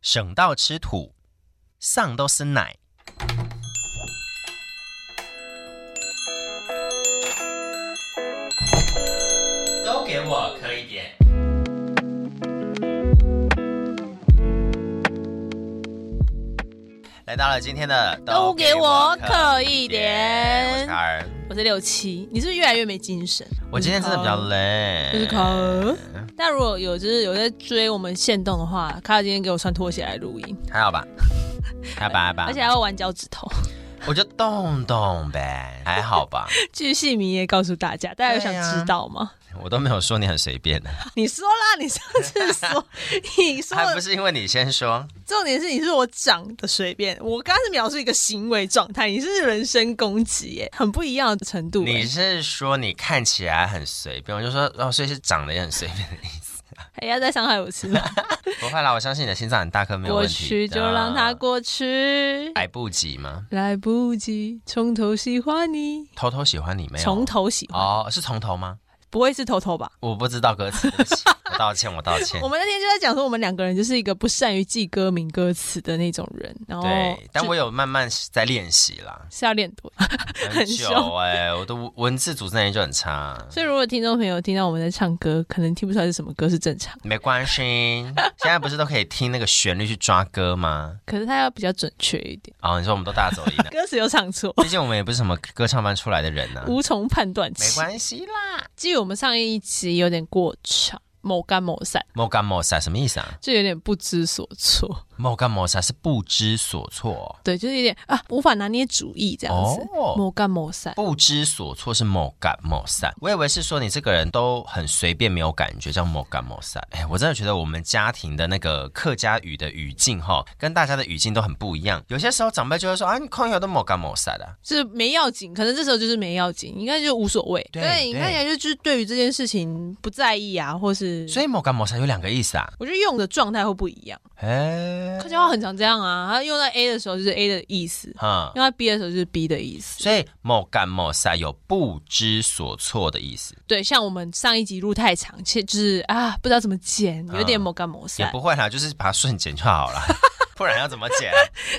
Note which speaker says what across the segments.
Speaker 1: 省到吃土，上都是奶。都给我磕一点。来到了今天的
Speaker 2: 都给我
Speaker 1: 磕
Speaker 2: 刻一
Speaker 1: 我是
Speaker 2: 点
Speaker 1: 卡。尔，
Speaker 2: 我是六七，你是不是越来越没精神？
Speaker 1: 我今天真的比较累。嗯
Speaker 2: 就是嗯卡尔。但如果有就是有在追我们线动的话，卡尔今天给我穿拖鞋来录音，
Speaker 1: 还好吧？还好吧？还好吧？
Speaker 2: 而且还要玩脚趾头。
Speaker 1: 我就动动呗，还好吧？
Speaker 2: 巨细迷也告诉大家，大家有想知道吗？
Speaker 1: 我都没有说你很随便的，
Speaker 2: 你说啦，你上 次说，你说
Speaker 1: 还不是因为你先说。
Speaker 2: 重点是你是我长得随便，我刚刚是描述一个行为状态，你是人身攻击耶，很不一样的程度欸耶。
Speaker 1: 你是说你看起来很随便，我就说哦，所以是长得也很随便 的意思。
Speaker 2: 还哎要再伤害我一次吗？
Speaker 1: 不会啦，我相信你的心脏很大 颗，没有
Speaker 2: 过
Speaker 1: 问题。啊哎
Speaker 2: 去就让它，过去，
Speaker 1: 来不及吗？
Speaker 2: 来不及从头喜欢你，
Speaker 1: 偷偷喜欢你没有？
Speaker 2: 从头喜欢，
Speaker 1: 哦，是从头吗？
Speaker 2: 不会是头头吧？
Speaker 1: 我不知道歌词，对不起我道歉，我道歉
Speaker 2: 我。们那天就在讲说，我们两个人就是一个不善于记歌名歌词的那种人，然后
Speaker 1: 对，但
Speaker 2: 哦就
Speaker 1: 我有慢慢在练习啦，
Speaker 2: 是要练多。
Speaker 1: 很久
Speaker 2: 凶
Speaker 1: 哎、我的文字组织能力就很差。
Speaker 2: 所以如果听众朋友听到我们在唱歌，可能听不出来是什么歌是正常，
Speaker 1: 没关系，现在不是都可以听那个旋律去抓歌吗？
Speaker 2: 可是它要比较准确一点，
Speaker 1: 哦，你说我们都大走音了，
Speaker 2: 歌词又唱错，
Speaker 1: 毕竟我们也不是什么歌唱班出来的人呢、
Speaker 2: 无从判断
Speaker 1: 嗯没
Speaker 2: 起。
Speaker 1: 关系啦，
Speaker 2: 基于我们上一集有点过长，某干某散，
Speaker 1: 莫干莫萨什么意思啊？
Speaker 2: 就有点不知所措，
Speaker 1: 莫干莫萨是不知所措，
Speaker 2: 对，就是有点啊无法拿捏主意这样子。
Speaker 1: 哦
Speaker 2: 某干某散，
Speaker 1: 不知所措是莫干莫萨。我以为是说你这个人都很随便，没有感觉，叫莫干莫萨。哎，我真的觉得我们家庭的那个客家语的语境哈，跟大家的语境都很不一样。有些时候长辈就会说啊，你空有都莫干莫萨的，啊
Speaker 2: 就是没要紧，可能这时候就是没要紧，应该就无所谓。
Speaker 1: 对
Speaker 2: 你
Speaker 1: 对
Speaker 2: 看起来就就是对于这件事情不在意啊，或是
Speaker 1: 所以莫干莫萨有两个意思啊。
Speaker 2: 我觉得用的状态会不一样。
Speaker 1: 哎
Speaker 2: 客，家话很常这样啊，他用到 A 的时候就是 A 的意思，
Speaker 1: 哈、
Speaker 2: 用到 B 的时候就是 B 的意思。
Speaker 1: 所以莫干莫萨有不知所措的意思，
Speaker 2: 对，像我们上一集录太长，其实就是啊不知道怎么剪，有点
Speaker 1: 嗯
Speaker 2: 某干某散
Speaker 1: 也。 不会啦，就是把它顺剪就好了， 不然要怎么剪？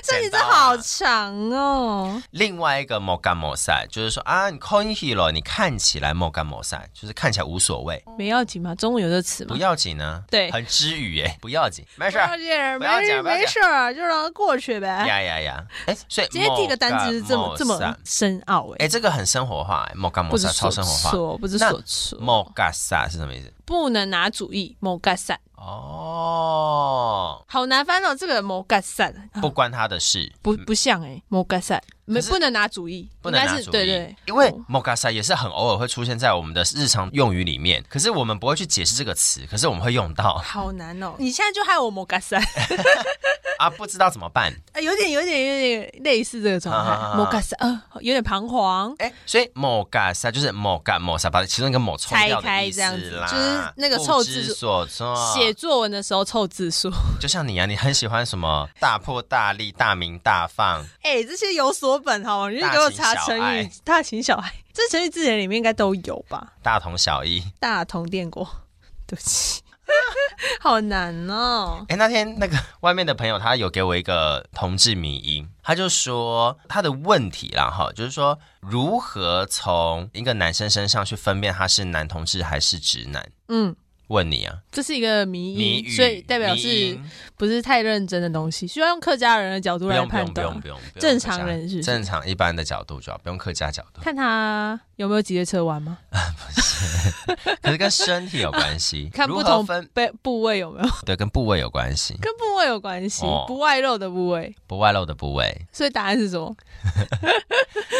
Speaker 2: 这一
Speaker 1: 剪
Speaker 2: 只
Speaker 1: 刀啊
Speaker 2: 好长哦，
Speaker 1: 另外一个莫干莫萨就是说啊，你 c o n h 了，你看起来莫干莫萨，就是看起来无所谓，
Speaker 2: 没要紧嘛，中文有这词
Speaker 1: 不
Speaker 2: 嘛。
Speaker 1: 要紧呢、
Speaker 2: 哦对
Speaker 1: 很知语耶，不要紧，没
Speaker 2: 没
Speaker 1: 事儿，
Speaker 2: 紧，
Speaker 1: 不要
Speaker 2: 没
Speaker 1: 紧
Speaker 2: 事
Speaker 1: 不要紧
Speaker 2: 没事儿，就让它过去呗。
Speaker 1: 呀呀呀，哎，所以
Speaker 2: 今天第一个单词是这么这
Speaker 1: 莫干莫
Speaker 2: 么
Speaker 1: 萨，
Speaker 2: 深奥哎
Speaker 1: 哎，，这个很生活化耶，莫干
Speaker 2: 不
Speaker 1: 莫
Speaker 2: 知
Speaker 1: 萨超
Speaker 2: 所
Speaker 1: 生活化，
Speaker 2: 措，不知
Speaker 1: 那
Speaker 2: 所措，
Speaker 1: 莫干萨是什么意思？
Speaker 2: 不能拿主意，某干散，
Speaker 1: 哦，
Speaker 2: 好难翻哦，这个某干散
Speaker 1: 不关他的事。
Speaker 2: 不不像哎，某干散没
Speaker 1: 可是
Speaker 2: 不能拿主意，
Speaker 1: 不能
Speaker 2: 应
Speaker 1: 拿
Speaker 2: 该
Speaker 1: 主
Speaker 2: 是
Speaker 1: 意，
Speaker 2: 对对，
Speaker 1: 因为
Speaker 2: 哦
Speaker 1: m o g a s a 也是很偶尔会出现在我们的日常用语里面，可是我们不会去解释这个词，可是我们会用到
Speaker 2: 好难哦，你现在就害我某干散，
Speaker 1: 啊，不知道怎么办。
Speaker 2: 啊 有点有点有点类似这个状
Speaker 1: 啊啊啊
Speaker 2: 态，某干散呃有点彷徨，
Speaker 1: 哎，所以 m o g a s a 就是 m o g a m o s a 把其中一个某抽掉的意思
Speaker 2: 拆开这
Speaker 1: 啦，
Speaker 2: 样子就是那个凑字
Speaker 1: 不知所措。
Speaker 2: 写作文的时候凑字数，
Speaker 1: 就像你啊，你很喜欢什么大破大立、大鸣大放，
Speaker 2: 哎，这些有所本好吗？你就给我查成
Speaker 1: 大
Speaker 2: 语
Speaker 1: 情
Speaker 2: “大秦小孩”，这成语字典里面应该都有吧？
Speaker 1: 大同小异。
Speaker 2: 大同电锅，对不起， 好难哦。
Speaker 1: 哎，那天那个 外面的朋友，他有给我一个同志迷音，他就说他的问题啦，哈，就是说如何从一个男生身上去分辨他是男同志还是直男？
Speaker 2: 嗯，
Speaker 1: 问你啊，
Speaker 2: 这是一个谜
Speaker 1: 谜
Speaker 2: 语，
Speaker 1: 语，
Speaker 2: 所以代表
Speaker 1: 迷
Speaker 2: 是
Speaker 1: 音
Speaker 2: 不是太认真的东西，需要用客家人的角度
Speaker 1: 不
Speaker 2: 来
Speaker 1: 用不
Speaker 2: 判
Speaker 1: 用不用
Speaker 2: 断，
Speaker 1: 不用，不用
Speaker 2: 正
Speaker 1: 客家
Speaker 2: 常人是不是
Speaker 1: 正常一般的角度就好，不用客家角度，
Speaker 2: 看他有没有几列车弯吗？，
Speaker 1: 可是跟身体有关系
Speaker 2: 看
Speaker 1: 如
Speaker 2: 不
Speaker 1: 何
Speaker 2: 同
Speaker 1: 分
Speaker 2: 被部位有没有，
Speaker 1: 对跟部位有关系，
Speaker 2: 跟部位有关系
Speaker 1: 哦，
Speaker 2: 不外露的部位。
Speaker 1: 不外露的部位。
Speaker 2: 所以答案是什么？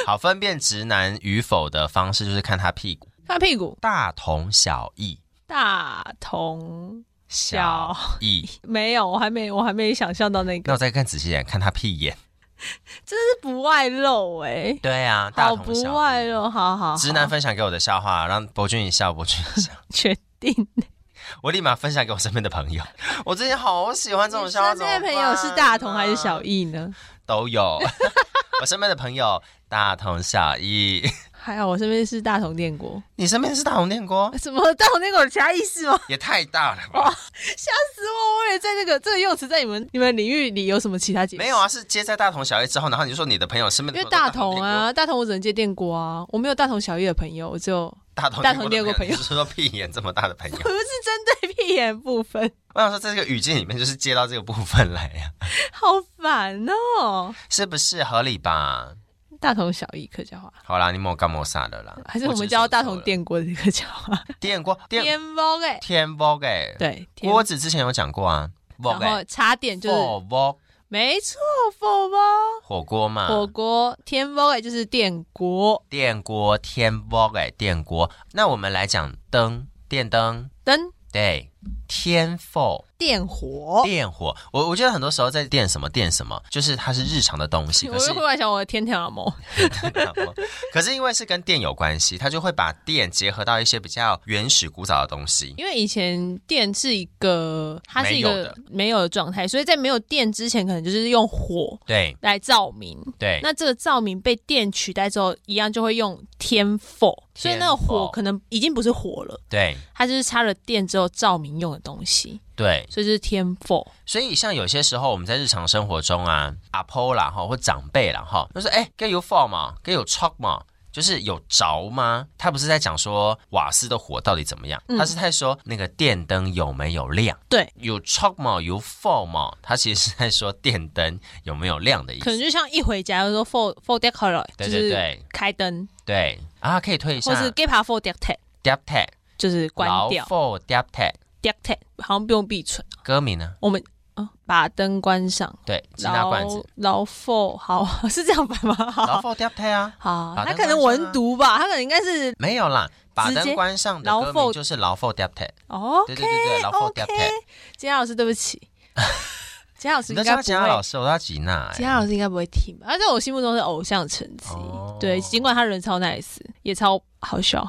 Speaker 1: 好，分辨直男与否的方式就是看他屁股，
Speaker 2: 看屁股，
Speaker 1: 大同小 异，
Speaker 2: 大同
Speaker 1: 小
Speaker 2: 小。
Speaker 1: 异。
Speaker 2: 没有，我还没，我还没想象到那
Speaker 1: 那
Speaker 2: 个，
Speaker 1: 我再更仔细一点，看他屁 眼。
Speaker 2: 这不外露哎、
Speaker 1: 对啊，大
Speaker 2: 好
Speaker 1: 同
Speaker 2: 不
Speaker 1: 小异
Speaker 2: 外。露，好好好
Speaker 1: 直男分享给我的笑话，让博君一笑，博君 一笑，
Speaker 2: 确定。
Speaker 1: 我立马分享给我身边的朋友。 我最近好喜欢这种笑话，
Speaker 2: 身边
Speaker 1: 怎
Speaker 2: 的朋
Speaker 1: 么办
Speaker 2: 友
Speaker 1: 啊
Speaker 2: 是大同还是小？异呢？
Speaker 1: 都有。 我身边的朋友大同小异。
Speaker 2: 还好我身边是大同电锅，
Speaker 1: 你身边是大红电锅，
Speaker 2: 什么大同电锅有其他意思吗？
Speaker 1: 也太大了
Speaker 2: 哦
Speaker 1: 吧？
Speaker 2: 吓死我！我也在这个这个用词在你们你们领域里有什么其他解释？
Speaker 1: 没有，啊，是接在大同小异之后，然后你就说你的朋友身边
Speaker 2: 因
Speaker 1: 的
Speaker 2: 为
Speaker 1: 朋友
Speaker 2: 大
Speaker 1: 都
Speaker 2: 同
Speaker 1: 电锅，
Speaker 2: 啊，大同我只能接电锅啊，我没有大同小异的朋友，我只有
Speaker 1: 大同
Speaker 2: 大
Speaker 1: 电
Speaker 2: 同
Speaker 1: 锅
Speaker 2: 电锅
Speaker 1: 的朋
Speaker 2: 朋友？
Speaker 1: 友，你是说屁眼这么大的朋友
Speaker 2: 不是针对屁眼部分，
Speaker 1: 我想说，在这个语境里面，就是接到这个部分来呀、
Speaker 2: 好烦哦。
Speaker 1: 是不是合理吧？
Speaker 2: 大同小异客家话，
Speaker 1: 好啦，你莫干莫啥的啦，
Speaker 2: 还是我
Speaker 1: 只
Speaker 2: 们教大
Speaker 1: 说
Speaker 2: 同
Speaker 1: 错了
Speaker 2: 电锅的客家话？
Speaker 1: 电锅电
Speaker 2: 颠包哎，
Speaker 1: 天锅给
Speaker 2: 对，颠
Speaker 1: 锅子之前有讲过啊，锅
Speaker 2: 然
Speaker 1: 给
Speaker 2: 后茶点就是
Speaker 1: 火锅
Speaker 2: 没错，火锅
Speaker 1: 火锅嘛，
Speaker 2: 火锅，天包哎就是电锅
Speaker 1: 电锅天锅给电锅。那我们来讲灯电灯，
Speaker 2: 灯
Speaker 1: 对天否
Speaker 2: 电火。
Speaker 1: 电火，我我觉得很多时候在电什么电什么，就是它是日常的东 西，
Speaker 2: 我
Speaker 1: 可是
Speaker 2: 又忽 然想我的天条毛，
Speaker 1: 可是因为是跟电有关系，它就会把电结合到一些比较原始古早的东西。
Speaker 2: 因为以前电是一个，它是
Speaker 1: 没
Speaker 2: 一
Speaker 1: 有
Speaker 2: 个
Speaker 1: 的
Speaker 2: 没有的状态，所以在没有电之前，可能就是用火
Speaker 1: 对
Speaker 2: 来照明。
Speaker 1: 对，
Speaker 2: 那这个照明被电取代之后，一样就会用天否，所以那个
Speaker 1: 天否
Speaker 2: 火可能已经不是火了，
Speaker 1: 对
Speaker 2: 它就是插了电之后照明用的东西，
Speaker 1: 对，
Speaker 2: 所以就是天否。
Speaker 1: 所以像有些时候我们在日常生活中啊，阿婆啦哈或长辈啦哈，就说哎，该有放嘛，该有 c h o k 嘛。就是有着吗？他不是在讲说瓦斯的火到底怎么样，
Speaker 2: 嗯
Speaker 1: 他是在说那个电灯有没有亮。
Speaker 2: 对，
Speaker 1: 有 c h o k 嘛，有放嘛，他其实是在说电灯有没有亮的意
Speaker 2: 可能
Speaker 1: 思。
Speaker 2: 就像一回家就说 for for d e c o r 就
Speaker 1: 对对
Speaker 2: 是
Speaker 1: 对
Speaker 2: 开灯，
Speaker 1: 对啊，可以推一下
Speaker 2: 或。是 get 它 for d e c t
Speaker 1: d e p t
Speaker 2: 就是关
Speaker 1: 老
Speaker 2: 掉
Speaker 1: 否 d e p t
Speaker 2: d e c t 好像不用闭唇，
Speaker 1: 歌名呢？
Speaker 2: 我们、嗯把灯关上。
Speaker 1: 对，金大罐
Speaker 2: 老
Speaker 1: 子。
Speaker 2: 老 for 好 是这样翻吗？
Speaker 1: 老
Speaker 2: 好，
Speaker 1: 否 d e p t 啊，
Speaker 2: 好，
Speaker 1: 把
Speaker 2: 他
Speaker 1: 灯
Speaker 2: 可能
Speaker 1: 关上啊
Speaker 2: 文读吧，他可能应该是
Speaker 1: 没有啦，把
Speaker 2: 直接
Speaker 1: 灯关上的
Speaker 2: 老
Speaker 1: 歌
Speaker 2: 否
Speaker 1: 名就是老否 d e p t
Speaker 2: 哦，
Speaker 1: 对对对对，老否 d e p
Speaker 2: OK，
Speaker 1: t
Speaker 2: 杰老师，对 不起，杰老师
Speaker 1: 你都
Speaker 2: 应该
Speaker 1: 叫
Speaker 2: 不
Speaker 1: 吉娜老
Speaker 2: 会，
Speaker 1: 师，我都要吉娜
Speaker 2: 杰
Speaker 1: 欸。
Speaker 2: 老师应该不会听吧？他在我心目中是偶像成绩，
Speaker 1: 哦
Speaker 2: 对，尽管他人超 nice，也超好笑，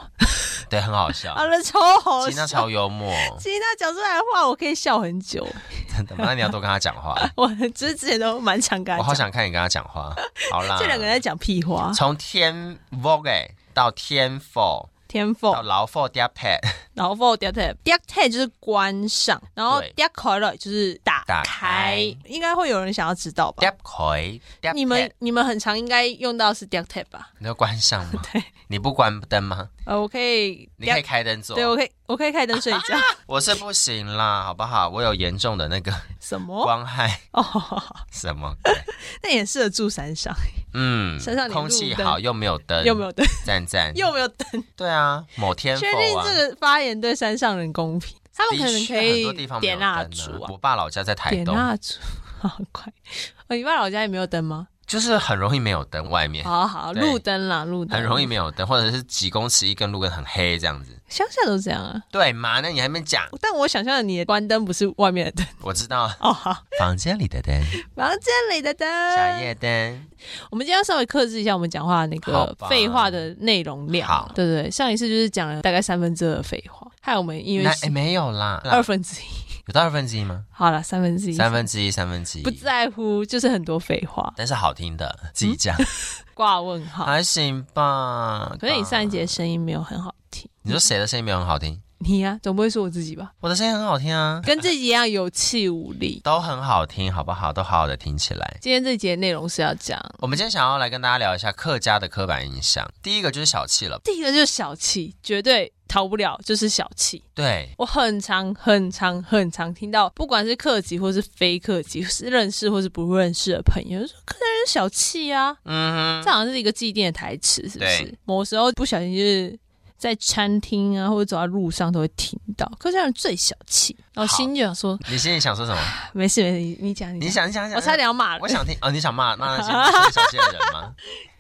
Speaker 1: 对，很好笑
Speaker 2: 啊，。人超好
Speaker 1: 吉娜
Speaker 2: 笑。
Speaker 1: 超幽 默，
Speaker 2: 其他讲出来的话，我可以笑很久。
Speaker 1: 真的吗？那你要多跟他讲话。
Speaker 2: 我只是之前都蛮常跟
Speaker 1: 我
Speaker 2: 他
Speaker 1: 好
Speaker 2: 讲，
Speaker 1: 想啊看你跟他讲话。好啦，
Speaker 2: 这两个人在讲屁话。
Speaker 1: 从天 vogue 到天否
Speaker 2: 天赋，
Speaker 1: 到老否 d e p t
Speaker 2: 然后 for d e c t d e c t 就是关上，然后
Speaker 1: 对
Speaker 2: d e c o r 就是打
Speaker 1: 打
Speaker 2: 开
Speaker 1: 开，
Speaker 2: 应该会有人想要知道
Speaker 1: d
Speaker 2: 吧
Speaker 1: e？p t
Speaker 2: 你们你们很常应该用到是 d e c t 吧？
Speaker 1: 你要关上 吗？
Speaker 2: 对，
Speaker 1: 你不关灯吗？
Speaker 2: 呃，我可以，
Speaker 1: 你可以开灯做。
Speaker 2: 对我可以，我可以开灯睡觉。
Speaker 1: 我是不行啦，好不好？我有严重的那个
Speaker 2: 什么？
Speaker 1: 光害，
Speaker 2: 哦，
Speaker 1: 什么鬼？
Speaker 2: 那也适合住山上，
Speaker 1: 嗯，
Speaker 2: 身上你
Speaker 1: 空气
Speaker 2: 路灯
Speaker 1: 好又没有灯，
Speaker 2: 又没有灯，
Speaker 1: 赞赞，
Speaker 2: 又没有灯，
Speaker 1: 对啊，某天
Speaker 2: 确
Speaker 1: 否
Speaker 2: 定
Speaker 1: 啊。
Speaker 2: 这个发言对山上人公平？他们可能
Speaker 1: 的
Speaker 2: 可
Speaker 1: 确很多地
Speaker 2: 以
Speaker 1: 方没有
Speaker 2: 点
Speaker 1: 灯啊
Speaker 2: 蜡烛啊，
Speaker 1: 我爸老家在台
Speaker 2: 点
Speaker 1: 东，
Speaker 2: 蜡烛，好快。哦，你爸老家也没有灯吗？
Speaker 1: 就是很容易没有灯，外面
Speaker 2: 好好，
Speaker 1: 对
Speaker 2: 路灯啦，路灯
Speaker 1: 很容易。没有灯，或者是几公尺一根路灯很黑这样子。
Speaker 2: 乡下都这样啊，
Speaker 1: 对嘛？那你还没讲，
Speaker 2: 但我想象的你的关灯不是外面 的灯
Speaker 1: 我知道
Speaker 2: 哦，好，
Speaker 1: 房间里的灯、
Speaker 2: 房间里的灯。
Speaker 1: 小夜灯，
Speaker 2: 我们今天要稍微克制一下我们讲话的那
Speaker 1: 好
Speaker 2: 个
Speaker 1: 吧
Speaker 2: 废话的内容量
Speaker 1: 好，
Speaker 2: 对对对，上一次就是讲了大概三分之二的废话，害我们因为
Speaker 1: 那哎没有啦，
Speaker 2: 二分之一，
Speaker 1: 有到二分之一吗？
Speaker 2: 好了，三分之一，
Speaker 1: 三分之一，三分之
Speaker 2: 不
Speaker 1: 一，
Speaker 2: 在嗯乎，就是很多废话，
Speaker 1: 但是好听的，自己讲
Speaker 2: 挂问号。
Speaker 1: 还行吧。
Speaker 2: 可是你上一节声音没有很好听，
Speaker 1: 你说谁的声音没有很好听？
Speaker 2: 你呀、总不会说我自己 吧？
Speaker 1: 我的声音很好听啊，
Speaker 2: 跟这集一样有气无力。
Speaker 1: 都很好听，好不好？都好好的听起来。
Speaker 2: 今天这节内容是要讲，
Speaker 1: 我们今天想要来跟大家聊一下客家的刻板印象。第一个就是小气了，
Speaker 2: 第一个就是小气，绝对逃不了，就是小气。
Speaker 1: 对，
Speaker 2: 我很常、很常、很常听到，不管是客籍或是非客籍，是认识或是不认识的朋友，就说客家人小气啊，
Speaker 1: 嗯
Speaker 2: 这好像是一个既定的台词，是不是
Speaker 1: 对？
Speaker 2: 某时候不小心就是在餐厅啊，或者走在路上都会听到，客家人最小气。然后
Speaker 1: 好
Speaker 2: 心就想说，
Speaker 1: 哼，你心里想说什么？
Speaker 2: 没事没事，你你讲你
Speaker 1: 你
Speaker 2: 讲，
Speaker 1: 想，
Speaker 2: 哦
Speaker 1: 你想，你想
Speaker 2: 我差，点要骂
Speaker 1: 我
Speaker 2: 了。
Speaker 1: 想听哦，你想骂骂那些是小气的人 吗？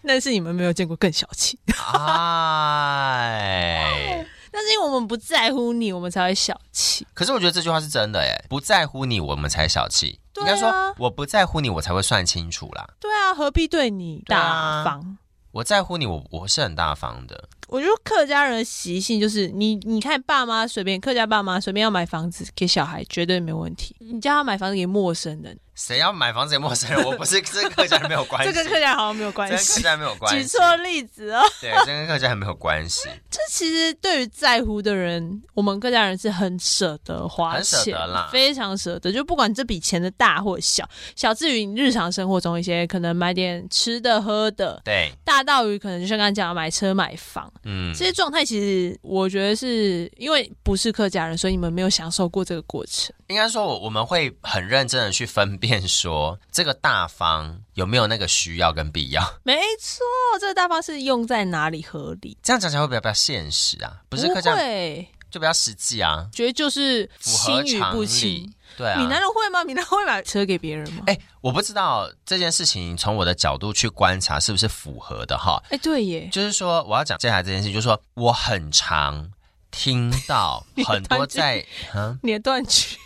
Speaker 2: 但是你们没有见过更小气，
Speaker 1: 哎，
Speaker 2: 但是因为我们不在乎你，我们才会小气。
Speaker 1: 可是我觉得这句话是真的哎，不在乎你，我们才小气。
Speaker 2: 对
Speaker 1: 应
Speaker 2: 啊
Speaker 1: 该说，我不在乎你，我才会算清楚啦。
Speaker 2: 对啊，何必对你
Speaker 1: 对啊
Speaker 2: 大方？
Speaker 1: 我在乎你，我我是很大方的。
Speaker 2: 我觉得客家人的习性就是你，你看爸妈随便客家爸妈随便要买房子给小孩，绝对没问题。你叫他买房子给陌生人，
Speaker 1: 谁要买房子给陌生人？我不是 这跟客家人没有关系，
Speaker 2: 这跟客家好像没有
Speaker 1: 这
Speaker 2: 关
Speaker 1: 跟客
Speaker 2: 系。
Speaker 1: 家人没有关
Speaker 2: 举
Speaker 1: 系，
Speaker 2: 错例子哦，
Speaker 1: 对，这跟客家人没有关系，
Speaker 2: 这其实对于在乎的人，我们客家人是很舍得花
Speaker 1: 很舍得
Speaker 2: 钱
Speaker 1: 啦，
Speaker 2: 非常舍得。就不管这笔钱的大或小，小至于你日常生活中一些可能买点吃的喝的，
Speaker 1: 对，
Speaker 2: 大到于可能就像刚才讲的买车买房，
Speaker 1: 嗯
Speaker 2: 这，些状态其实我觉得是因为不是客家人，所以你们没有享受过这个过程。
Speaker 1: 应该说我我们会很认真的去分辨说这个大方有没有那个需要跟必要。
Speaker 2: 没错，这个大方是用在哪里合理？
Speaker 1: 这样讲起来会比较比较现实啊，不
Speaker 2: 不
Speaker 1: 是客家人
Speaker 2: 会，
Speaker 1: 就比较实际啊，
Speaker 2: 觉得就是
Speaker 1: 符合
Speaker 2: 轻与
Speaker 1: 常
Speaker 2: 不
Speaker 1: 理
Speaker 2: 轻。。
Speaker 1: 对啊，
Speaker 2: 闽南人会吗？闽南人会买车给别人吗？
Speaker 1: 哎、我不知道这件事情从我的角度去观察是不是符合的哈。
Speaker 2: 哎、对耶，
Speaker 1: 就是说，我要讲接下来这件事情，就是说我很常听到很多在嗯，
Speaker 2: 你的断句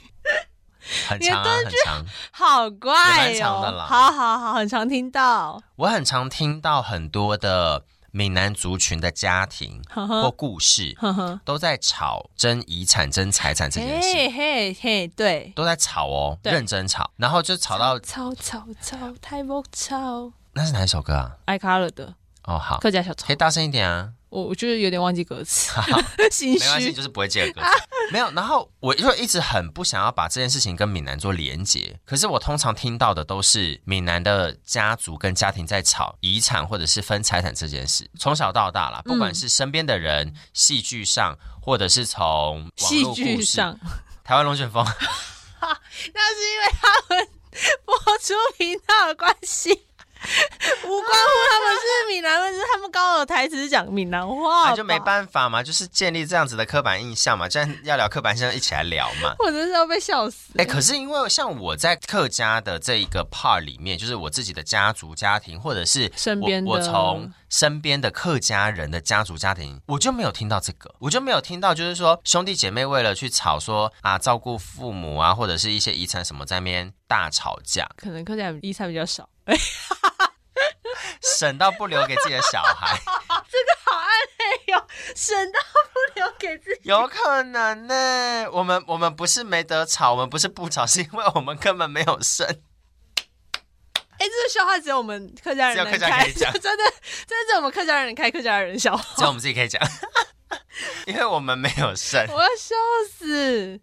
Speaker 1: 很
Speaker 2: 你的
Speaker 1: 长啊，很长，
Speaker 2: 好怪
Speaker 1: 也蛮长的
Speaker 2: 哦
Speaker 1: 啦，
Speaker 2: 好好好，很常听到，
Speaker 1: 我很常听到很多的闽南族群的家庭
Speaker 2: 呵
Speaker 1: 或
Speaker 2: 呵
Speaker 1: 故事
Speaker 2: 呵呵，
Speaker 1: 都在吵争遗产、争财产这件事，
Speaker 2: 嘿嘿嘿，对，
Speaker 1: 都在吵哦，
Speaker 2: 哎对
Speaker 1: 认真吵，然后就吵到
Speaker 2: 吵吵吵，太莫吵，
Speaker 1: 那是哪一首歌啊？
Speaker 2: 艾卡勒的
Speaker 1: 哦，好，
Speaker 2: 客家小炒
Speaker 1: 可以，大声一点啊。
Speaker 2: 我我就是有点忘记歌词， 心
Speaker 1: 没关系，
Speaker 2: 虚。
Speaker 1: 就是不会借歌 词。没有，然后我就一直很不想要把这件事情跟闽南做连结，可是我通常听到的都是闽南的家族跟家庭在吵遗产或者是分财产这件事。从小到大
Speaker 2: 嗯
Speaker 1: 啦，不管是身边的人、戏剧上，或者是从网
Speaker 2: 戏
Speaker 1: 络故
Speaker 2: 剧
Speaker 1: 事
Speaker 2: 上，
Speaker 1: 台湾龙卷风，
Speaker 2: 那是因为他们播出频道的关 系，无关乎他们是闽南人，是他们刚好有台词讲闽南话吧，
Speaker 1: 啊 那就没办法嘛，就是建立这样子的刻板印象嘛。既然要聊刻板印象，一起来聊嘛。
Speaker 2: 我真是要被笑死。
Speaker 1: 哎、可是因为像我在客家的这一个 part 里面，就是我自己的家族家庭，或者是
Speaker 2: 身
Speaker 1: 我
Speaker 2: 边的
Speaker 1: 我从身边的客家人的家族家庭，我就没有听到这个，我就没有听到，就是说兄弟姐妹为了去吵说啊照顾父母啊，或者是一些遗产什么在那边大吵架，
Speaker 2: 可能客家人遗产比较少，
Speaker 1: 省到不留给自己的小孩，
Speaker 2: 好暗
Speaker 1: 哎
Speaker 2: 黑哟，省到不留给自己。
Speaker 1: 有可能呢、我们我们不是没得吵，我们不是不吵，是因为我们根本没有生。
Speaker 2: 哎、这个笑话只有我们客家人
Speaker 1: 只有
Speaker 2: 能
Speaker 1: 客家人可
Speaker 2: 开，
Speaker 1: 以讲
Speaker 2: 真的，真的只有我们客家人开客家人笑
Speaker 1: 只
Speaker 2: 话，
Speaker 1: 有我们自己可以讲， 因为我们没有生。
Speaker 2: 我要笑死。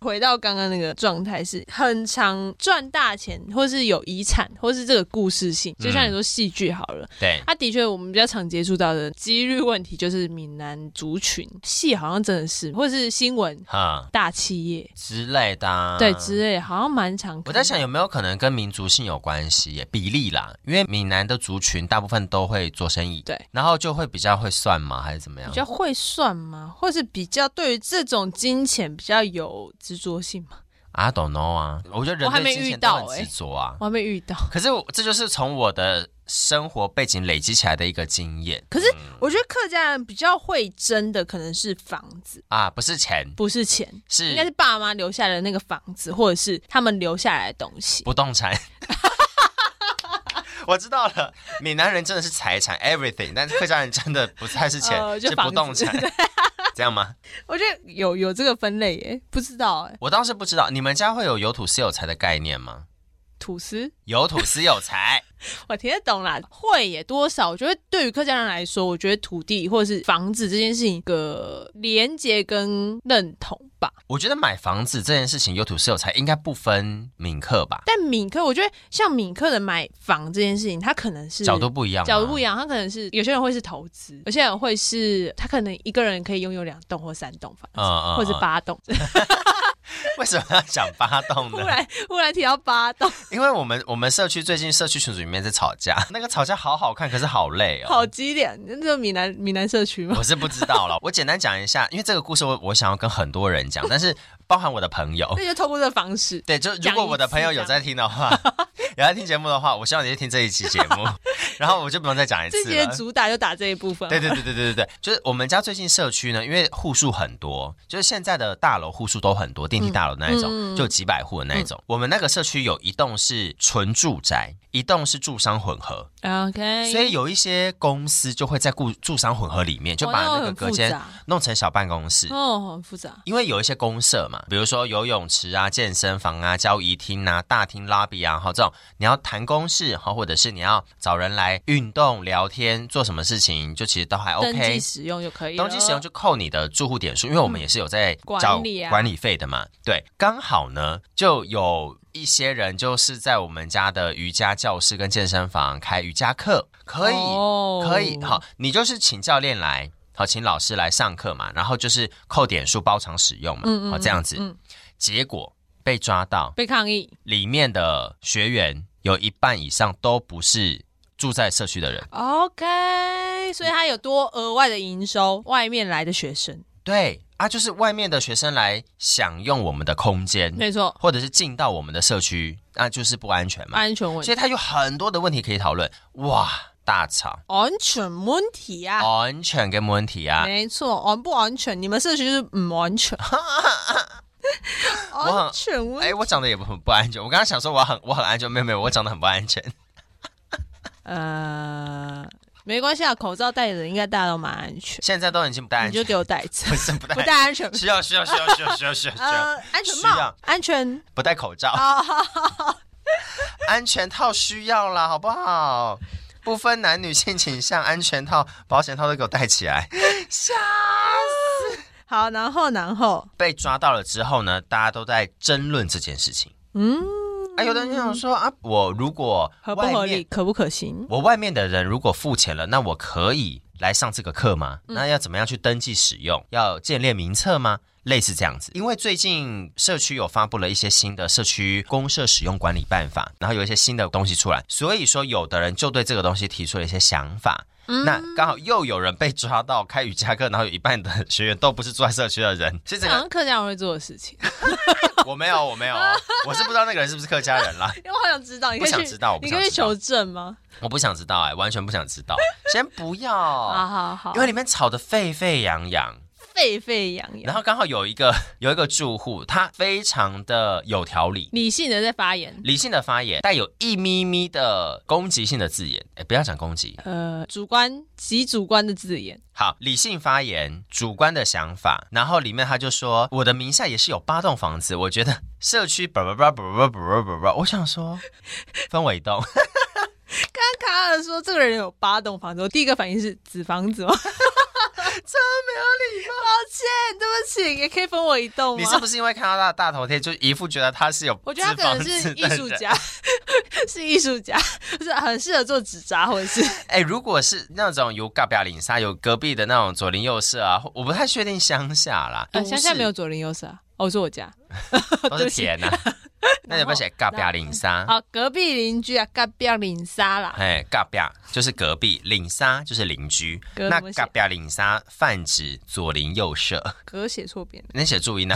Speaker 2: 回到刚刚那个状态是，很常赚大钱，或是有遗产，或是这个故事性，就
Speaker 1: 嗯
Speaker 2: 像你说戏剧好了，
Speaker 1: 对，
Speaker 2: 他的确，我们比较常接触到的几率问题就是闽南族群戏，好像真的是，或是新闻
Speaker 1: 哈、
Speaker 2: 大企业、
Speaker 1: 之类的、啊，
Speaker 2: 对之类，好像蛮常。
Speaker 1: 我在想，有没有可能跟民族性有关系耶？比例啦，因为闽南的族群大部分都会做生意，
Speaker 2: 对，
Speaker 1: 然后就会比较会算吗？还是怎么样
Speaker 2: 比？较会算吗？或是比较对于这种金钱比较有执着性吗？
Speaker 1: I don't know 啊，我觉得
Speaker 2: 我
Speaker 1: 人
Speaker 2: 还
Speaker 1: 对
Speaker 2: 没
Speaker 1: 金
Speaker 2: 遇
Speaker 1: 钱都
Speaker 2: 到
Speaker 1: 很
Speaker 2: 欸
Speaker 1: 执着啊。
Speaker 2: 我还没遇到。
Speaker 1: 可是我这就是从我的生活背景累积起来的一个经验
Speaker 2: 可是我觉得客家人比较会争的可能是房子，
Speaker 1: 啊，不是钱，
Speaker 2: 不是钱，应该是
Speaker 1: 是
Speaker 2: 爸妈留下的那个房子，或者是他们留下来的东西。
Speaker 1: 不动产。 我知道了，闽南人真的是财产 everything，但是客家人真的不太是钱，
Speaker 2: 呃就是房
Speaker 1: 不
Speaker 2: 子
Speaker 1: 动产， 这样吗？
Speaker 2: 我觉得有有这个分类耶，不知道哎，
Speaker 1: 我当时不知道，你们家会有有土是有财的概念吗？
Speaker 2: 吐司。
Speaker 1: 有土是有财，
Speaker 2: 我听得懂啦，会耶多少？我觉得对于客家人来说，我觉得土地或者是房子这件事情个连接跟认同吧。
Speaker 1: 我觉得买房子这件事情，有土是有财，应该不分民客吧？
Speaker 2: 但敏克，我觉得像敏克的买房这件事情，他可能是
Speaker 1: 角度不一样，啊
Speaker 2: 角度不一
Speaker 1: 样。
Speaker 2: 样，他可能是有些人会是投资，有些人会是他可能一个人可以拥有两栋或三栋房子，
Speaker 1: 嗯嗯嗯
Speaker 2: 或者是八栋。
Speaker 1: 为什么要讲八栋
Speaker 2: 忽
Speaker 1: 呢？
Speaker 2: 然忽然提到八栋，
Speaker 1: 因为我们我们社区最近社区群组里面在吵架，那个吵架好好看，可是好累哦。
Speaker 2: 好激烈！那这闽南闽南社区吗？
Speaker 1: 我是不知道了，我简单讲一下，因为这个故事我我想要跟很多人讲，但是包含我的朋 友，
Speaker 2: 那就透过这个方式，
Speaker 1: 对，就如果我的朋友有在听的话，有在听节目的话，我希望你去听这一期节目，然后我就不用再讲一次
Speaker 2: 自己的
Speaker 1: 了。
Speaker 2: 主打就打这一部 分。
Speaker 1: 对对对对对对对，就是我们家最近社区呢，因为户数很多，就是现在的大楼户数都很多，电梯大楼那一种，
Speaker 2: 嗯嗯嗯嗯
Speaker 1: 就几百户的那一种。我们那个社区有一栋是纯住宅，一栋是住商混合，
Speaker 2: 啊，OK，
Speaker 1: 所以有一些公司就会在雇住商混合里面就
Speaker 2: 哦
Speaker 1: 把
Speaker 2: 那
Speaker 1: 那
Speaker 2: 会
Speaker 1: 个
Speaker 2: 很
Speaker 1: 隔
Speaker 2: 复
Speaker 1: 间
Speaker 2: 杂
Speaker 1: 弄成小办公室。
Speaker 2: 哦，很复杂。
Speaker 1: 因为有一些公社嘛，比如说游泳池啊、健身房啊、交谊厅啊、大厅、lobby 啊，哈，这种你要谈公事哈，或者是你要找人来运动、聊天、做什么事情，就其实都还
Speaker 2: 登记
Speaker 1: OK。
Speaker 2: 使用就可以了。
Speaker 1: 登记使用就扣你的住户点数，因为我们也是有在
Speaker 2: 管
Speaker 1: 找
Speaker 2: 理啊
Speaker 1: 管理费的嘛。对，刚好呢就有一些人就是在我们家的瑜伽教室跟健身房开瑜伽课，可以
Speaker 2: 哦
Speaker 1: 可以，好，你就是请教练来，好，请老师来上课嘛，然后就是扣点数包场使用嘛，
Speaker 2: 嗯嗯
Speaker 1: 好这样子，
Speaker 2: 嗯
Speaker 1: 结果被抓到，
Speaker 2: 被抗议
Speaker 1: 里面的学员有一半以上都不是住在社区的人，
Speaker 2: ，OK，所以他有多额外的营收，外面来的学生，
Speaker 1: 对啊，就是外面的学生来享用我们的空间，
Speaker 2: 没错，
Speaker 1: 或者是进到我们的社区，那就是不安全嘛，
Speaker 2: 安全问
Speaker 1: 嗯所以它有很多的问题可以讨论，哇，大吵，
Speaker 2: 安全问题啊。
Speaker 1: 安全跟问题啊，
Speaker 2: 没错，安不安全？你们社区就是不 安全，
Speaker 1: 很
Speaker 2: 安全问
Speaker 1: 哎、我长得也不很不安全。我刚刚想说我很我很安全，没有没有，我长得很不安全。
Speaker 2: 呃，没关系啊，口罩戴着应该大家都蛮安全，
Speaker 1: 现在都已经不戴安
Speaker 2: 你就
Speaker 1: 全，
Speaker 2: 给我戴一次，
Speaker 1: 不是啊不
Speaker 2: 不
Speaker 1: 戴，
Speaker 2: 戴安全，
Speaker 1: 需要需要需要需要需要需要需要
Speaker 2: 呃，安全
Speaker 1: 需
Speaker 2: 帽
Speaker 1: 要，
Speaker 2: 安全
Speaker 1: 不戴口罩，
Speaker 2: 哦
Speaker 1: 安全套需要啦，好不好？不分男女性倾向，安全套、保险套都给我戴起 来。
Speaker 2: 好，然后然后，
Speaker 1: 被抓到了之后呢，大家都在争论这件事情。
Speaker 2: 嗯，
Speaker 1: 啊，有的人想说啊，我如果
Speaker 2: 合不
Speaker 1: 外
Speaker 2: 合
Speaker 1: 面
Speaker 2: 理，可不可行？
Speaker 1: 我外面的人如果付钱了，那我可以来上这个课吗？那要怎么样去登记使用？要建立名册吗？类似这样子，因为最近社区有发布了一些新的社区公社使用管理办法，然后有一些新的东西出来，所以说有的人就对这个东西提出了一些想法。那刚好又有人被抓到开瑜伽课，然后有一半的学员都不是住在社区的人，所以这
Speaker 2: 这好
Speaker 1: 个
Speaker 2: 像客家人会做的事情，
Speaker 1: 我没有，我没有哦，我是不知道那个人是不是客家人啦，
Speaker 2: 因为我好想知道，你可
Speaker 1: 不
Speaker 2: 以
Speaker 1: 想
Speaker 2: 去，
Speaker 1: 知道我不
Speaker 2: 你
Speaker 1: 想
Speaker 2: 可以
Speaker 1: 知道
Speaker 2: 求证吗？
Speaker 1: 我不想知道哎、完全不想知道，先不要，
Speaker 2: 啊，好好，
Speaker 1: 因为里面吵得沸沸扬扬，
Speaker 2: 沸沸扬
Speaker 1: 然
Speaker 2: 扬，
Speaker 1: 后刚好有一个 有一个住户，他非常的有条理，
Speaker 2: 理性的在发言，
Speaker 1: 理性的发言，带有一咪咪的攻击性的字眼，哎，不要讲攻击，
Speaker 2: 呃，主观极主观的字眼，
Speaker 1: 好，理性发言，主观的想法，然后里面他就说，我的名下也是有八栋房子，我觉得社区叭叭叭叭叭叭叭叭，我想 说分我一栋，
Speaker 2: 刚刚卡尔说这个人有八栋房子，我第一个反应是纸房子吗？ 真没有礼貌，抱歉，对不起，也可以分我一栋
Speaker 1: 你是
Speaker 2: 吗？
Speaker 1: 不是因为看到他的大头贴，就一副觉得他是有
Speaker 2: 啊我觉得他可能是
Speaker 1: 自
Speaker 2: 艺
Speaker 1: 房自
Speaker 2: 术
Speaker 1: 的人
Speaker 2: 家，是艺术家，不是很适合做纸扎或者 是
Speaker 1: 哎、如果是那种有嘎巴领沙，有隔壁的那种左邻右舍啊，我不太确定乡下啦，
Speaker 2: 呃
Speaker 1: 都
Speaker 2: 乡下
Speaker 1: 市
Speaker 2: 没有左邻右舍啊，哦，是我家。
Speaker 1: 都是田 呐、啊。那你要不要写嘎巴领沙？
Speaker 2: 好，隔壁邻居啊，隔壁邻杀啦，
Speaker 1: 哎，嘎巴就是隔壁，领沙就是邻居。
Speaker 2: 隔
Speaker 1: 那
Speaker 2: 怎么写
Speaker 1: 嘎巴领沙泛指左邻右舍，
Speaker 2: 隔写错边了，
Speaker 1: 你写注音呢、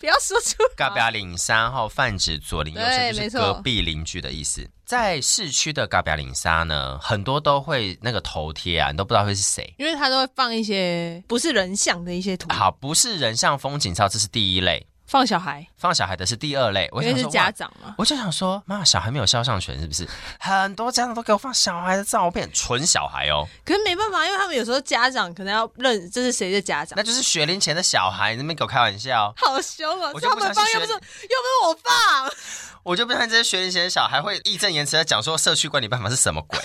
Speaker 2: 不要说出
Speaker 1: 嘎巴领沙后泛指左邻右
Speaker 2: 对
Speaker 1: 舍，就是
Speaker 2: 没错
Speaker 1: 隔壁邻居的意思。在市区的嘎巴领沙呢，很多都会那个头贴啊，你都不知道会是谁。
Speaker 2: 因为他都会放一些不是人像的一些图，
Speaker 1: 好，不是人像风景照，这是第一类。
Speaker 2: 放小孩，
Speaker 1: 放小孩的是第二类，我
Speaker 2: 因
Speaker 1: 想
Speaker 2: 为是
Speaker 1: 说哇
Speaker 2: 家长嘛。
Speaker 1: 我就想说，妈，小孩没有肖像权是不是？很多家长都给我放小孩的照片，纯小孩哦，
Speaker 2: 可是没办法，因为他们有时候家长可能要认这是谁的家长
Speaker 1: 那，就是学龄前的小孩，你那边给我开玩笑，
Speaker 2: 好凶哦！
Speaker 1: 我
Speaker 2: 是
Speaker 1: 就
Speaker 2: 他
Speaker 1: 不相
Speaker 2: 们放
Speaker 1: 信
Speaker 2: 又不是
Speaker 1: 学
Speaker 2: 又不是我放，
Speaker 1: 我就不相信这些学龄前的小孩会义正言辞的讲说社区管理办法是什么 鬼。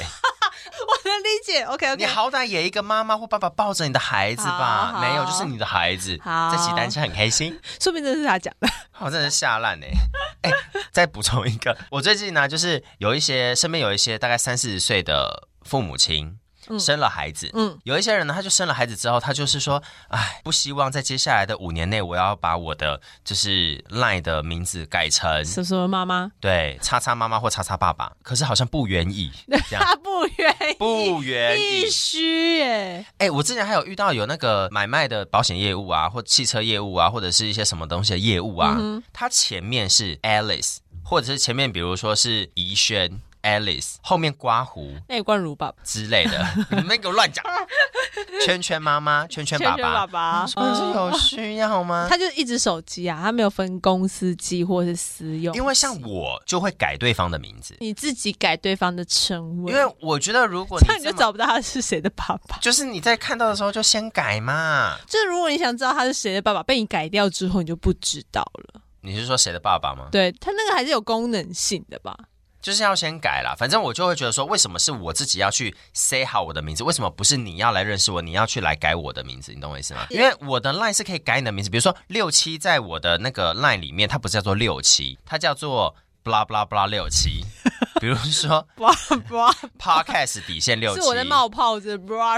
Speaker 2: 我能理解。OK
Speaker 1: 你
Speaker 2: OK，
Speaker 1: 好歹也一个妈妈或爸爸抱着你的孩子吧，
Speaker 2: 好
Speaker 1: 没有就是你的孩子，
Speaker 2: 好
Speaker 1: 在骑单车很开心，
Speaker 2: 说不定这是他讲的。
Speaker 1: 我真的是吓烂哎、 哎、再补充一个，我最近呢、就是有一些身边有一些大概三四十岁的父母亲。生了孩子，
Speaker 2: 嗯，
Speaker 1: 有一些人呢，他就生了孩子之后，他就是说，哎，不希望在接下来的五年内，我要把我的就是 line 的名字改成
Speaker 2: 什么什么妈妈，
Speaker 1: 对叉叉妈妈或叉叉爸爸，可是好像不愿意，这样
Speaker 2: 他不愿意，
Speaker 1: 不愿意
Speaker 2: 必。须耶。
Speaker 1: 哎、我之前还有遇到有那个买卖的保险业务啊，或汽车业务啊，或者是一些什么东西的
Speaker 2: 嗯
Speaker 1: 业务啊，它前面是 Alice，或者是前面比如说是怡轩， Alice，后面刮胡
Speaker 2: 那冠如爸爸，
Speaker 1: 之类的， 你们给我乱讲。圈圈妈妈，圈圈爸
Speaker 2: 圈圈爸
Speaker 1: 爸，
Speaker 2: 爸，
Speaker 1: 真是有需要吗？
Speaker 2: 嗯他就是一只手机啊，他没有分公司机或是私用机，
Speaker 1: 因为像我就会改对方的名字，
Speaker 2: 你自己改对方的称谓，
Speaker 1: 因为我觉得如果
Speaker 2: 这样
Speaker 1: 你
Speaker 2: 你就
Speaker 1: 这么
Speaker 2: 找不到他是谁的爸爸。
Speaker 1: 就是你在看到的时候就先改嘛。
Speaker 2: 就是如果你想知道他是谁的爸爸，被你改掉之后，你就不知道了。
Speaker 1: 你是说谁的爸爸吗？
Speaker 2: 对他那个还是有功能性 的吧？
Speaker 1: 就是要先改啦。反正我就会觉得说，为什么是我自己要去 say 好我的名字？为什么不是你要来认识我，你要去来改我的名字？你懂我意思吗？因为我的 line 是可以改你的名字，比如说六七，在我的那个 line 里面，它不是叫做六七，它叫做 blah blah blah 六 七。比如说
Speaker 2: 哇哇，
Speaker 1: podcast 底线六七，
Speaker 2: 是我在冒泡子，哇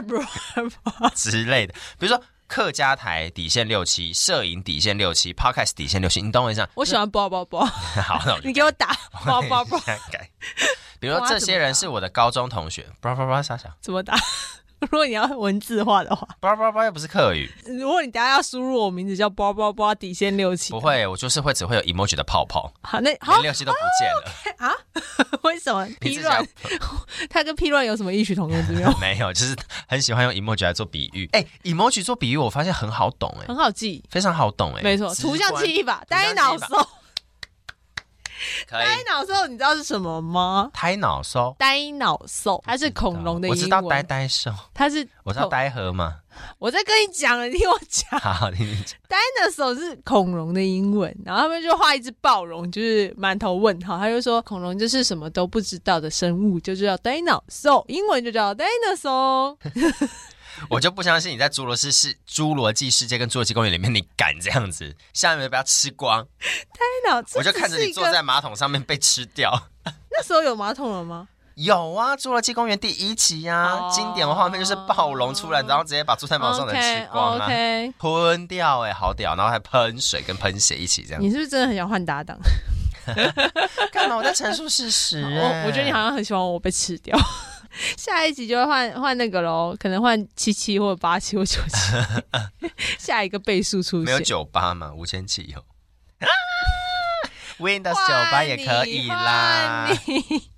Speaker 2: 哇
Speaker 1: 之类的，比如说。客家台底线六七，摄影底线六七，podcast 底线六七，你懂我意思吗？
Speaker 2: 我喜欢包包包，
Speaker 1: 好，那我就
Speaker 2: 你给我打包 包包，
Speaker 1: 现在改。比如说这些人是我的高中同学，叭叭叭傻小，
Speaker 2: 怎么打？如果你要文字化的话，
Speaker 1: 叭叭叭又不是客语，
Speaker 2: 如果你等下要输入我名字叫包包包底线六七，
Speaker 1: 不会，我就是会只会有 emoji 的泡泡，
Speaker 2: 好，那好
Speaker 1: 连，六七都不见了。
Speaker 2: 啊？为什么
Speaker 1: 你
Speaker 2: 劈
Speaker 1: 自己要
Speaker 2: 乱？它跟劈乱有什么异曲同工之 妙？
Speaker 1: 没有，就是很喜欢用 emoji 来做比喻。哎、e m o j i 做比喻，我发现很好懂哎、
Speaker 2: 很好记，
Speaker 1: 非常好懂哎、
Speaker 2: 嗯没错，
Speaker 1: 直观
Speaker 2: 图像记忆法，
Speaker 1: 像记
Speaker 2: 呆
Speaker 1: 忆哎
Speaker 2: 脑
Speaker 1: 法
Speaker 2: 搜，
Speaker 1: 可以
Speaker 2: 呆脑搜，你知道是什么吗？
Speaker 1: 胎脑收。
Speaker 2: 呆脑搜，它是恐龙的
Speaker 1: 我
Speaker 2: 英
Speaker 1: 知道呆
Speaker 2: 文，哦
Speaker 1: 呆兽，
Speaker 2: 它是
Speaker 1: 我知道
Speaker 2: 恐
Speaker 1: 呆河嘛。
Speaker 2: 我在跟你讲了，你听我讲
Speaker 1: 好，你你 讲
Speaker 2: ，dinosaur 是恐龙的英文，然后他们就画一只暴龙，就是馒头问号，他就说恐龙就是什么都不知道的生物，就叫 dinosaur，英文就叫 dinosaur。
Speaker 1: 我就不相信你在侏罗世世侏罗纪世界跟侏罗纪公园里面，你敢这样子，下面被它吃光，
Speaker 2: dinosaur，
Speaker 1: 我就看着你坐在马桶上面被吃掉。
Speaker 2: 那时候有马桶了吗？
Speaker 1: 有啊，《侏罗纪公园》第一集啊
Speaker 2: 哦
Speaker 1: 经典画面就是暴龙出来，然后直接把住在马桶上的人吃光啊
Speaker 2: o k o
Speaker 1: 吞掉哎、好屌！然后还喷水跟喷血一起这
Speaker 2: k
Speaker 1: 样
Speaker 2: 你。是不是真的很想换搭档？
Speaker 1: 干嘛？我在陈述事实、欸
Speaker 2: 我我觉得你好像很喜欢我被吃掉。 下一集就会换换那个喽，可能换七七或者八七或九七， 下一个倍数出
Speaker 1: 没有
Speaker 2: 现。
Speaker 1: 酒吧嘛，无铅汽 油。Windows 酒吧也可以啦
Speaker 2: 换。你。换你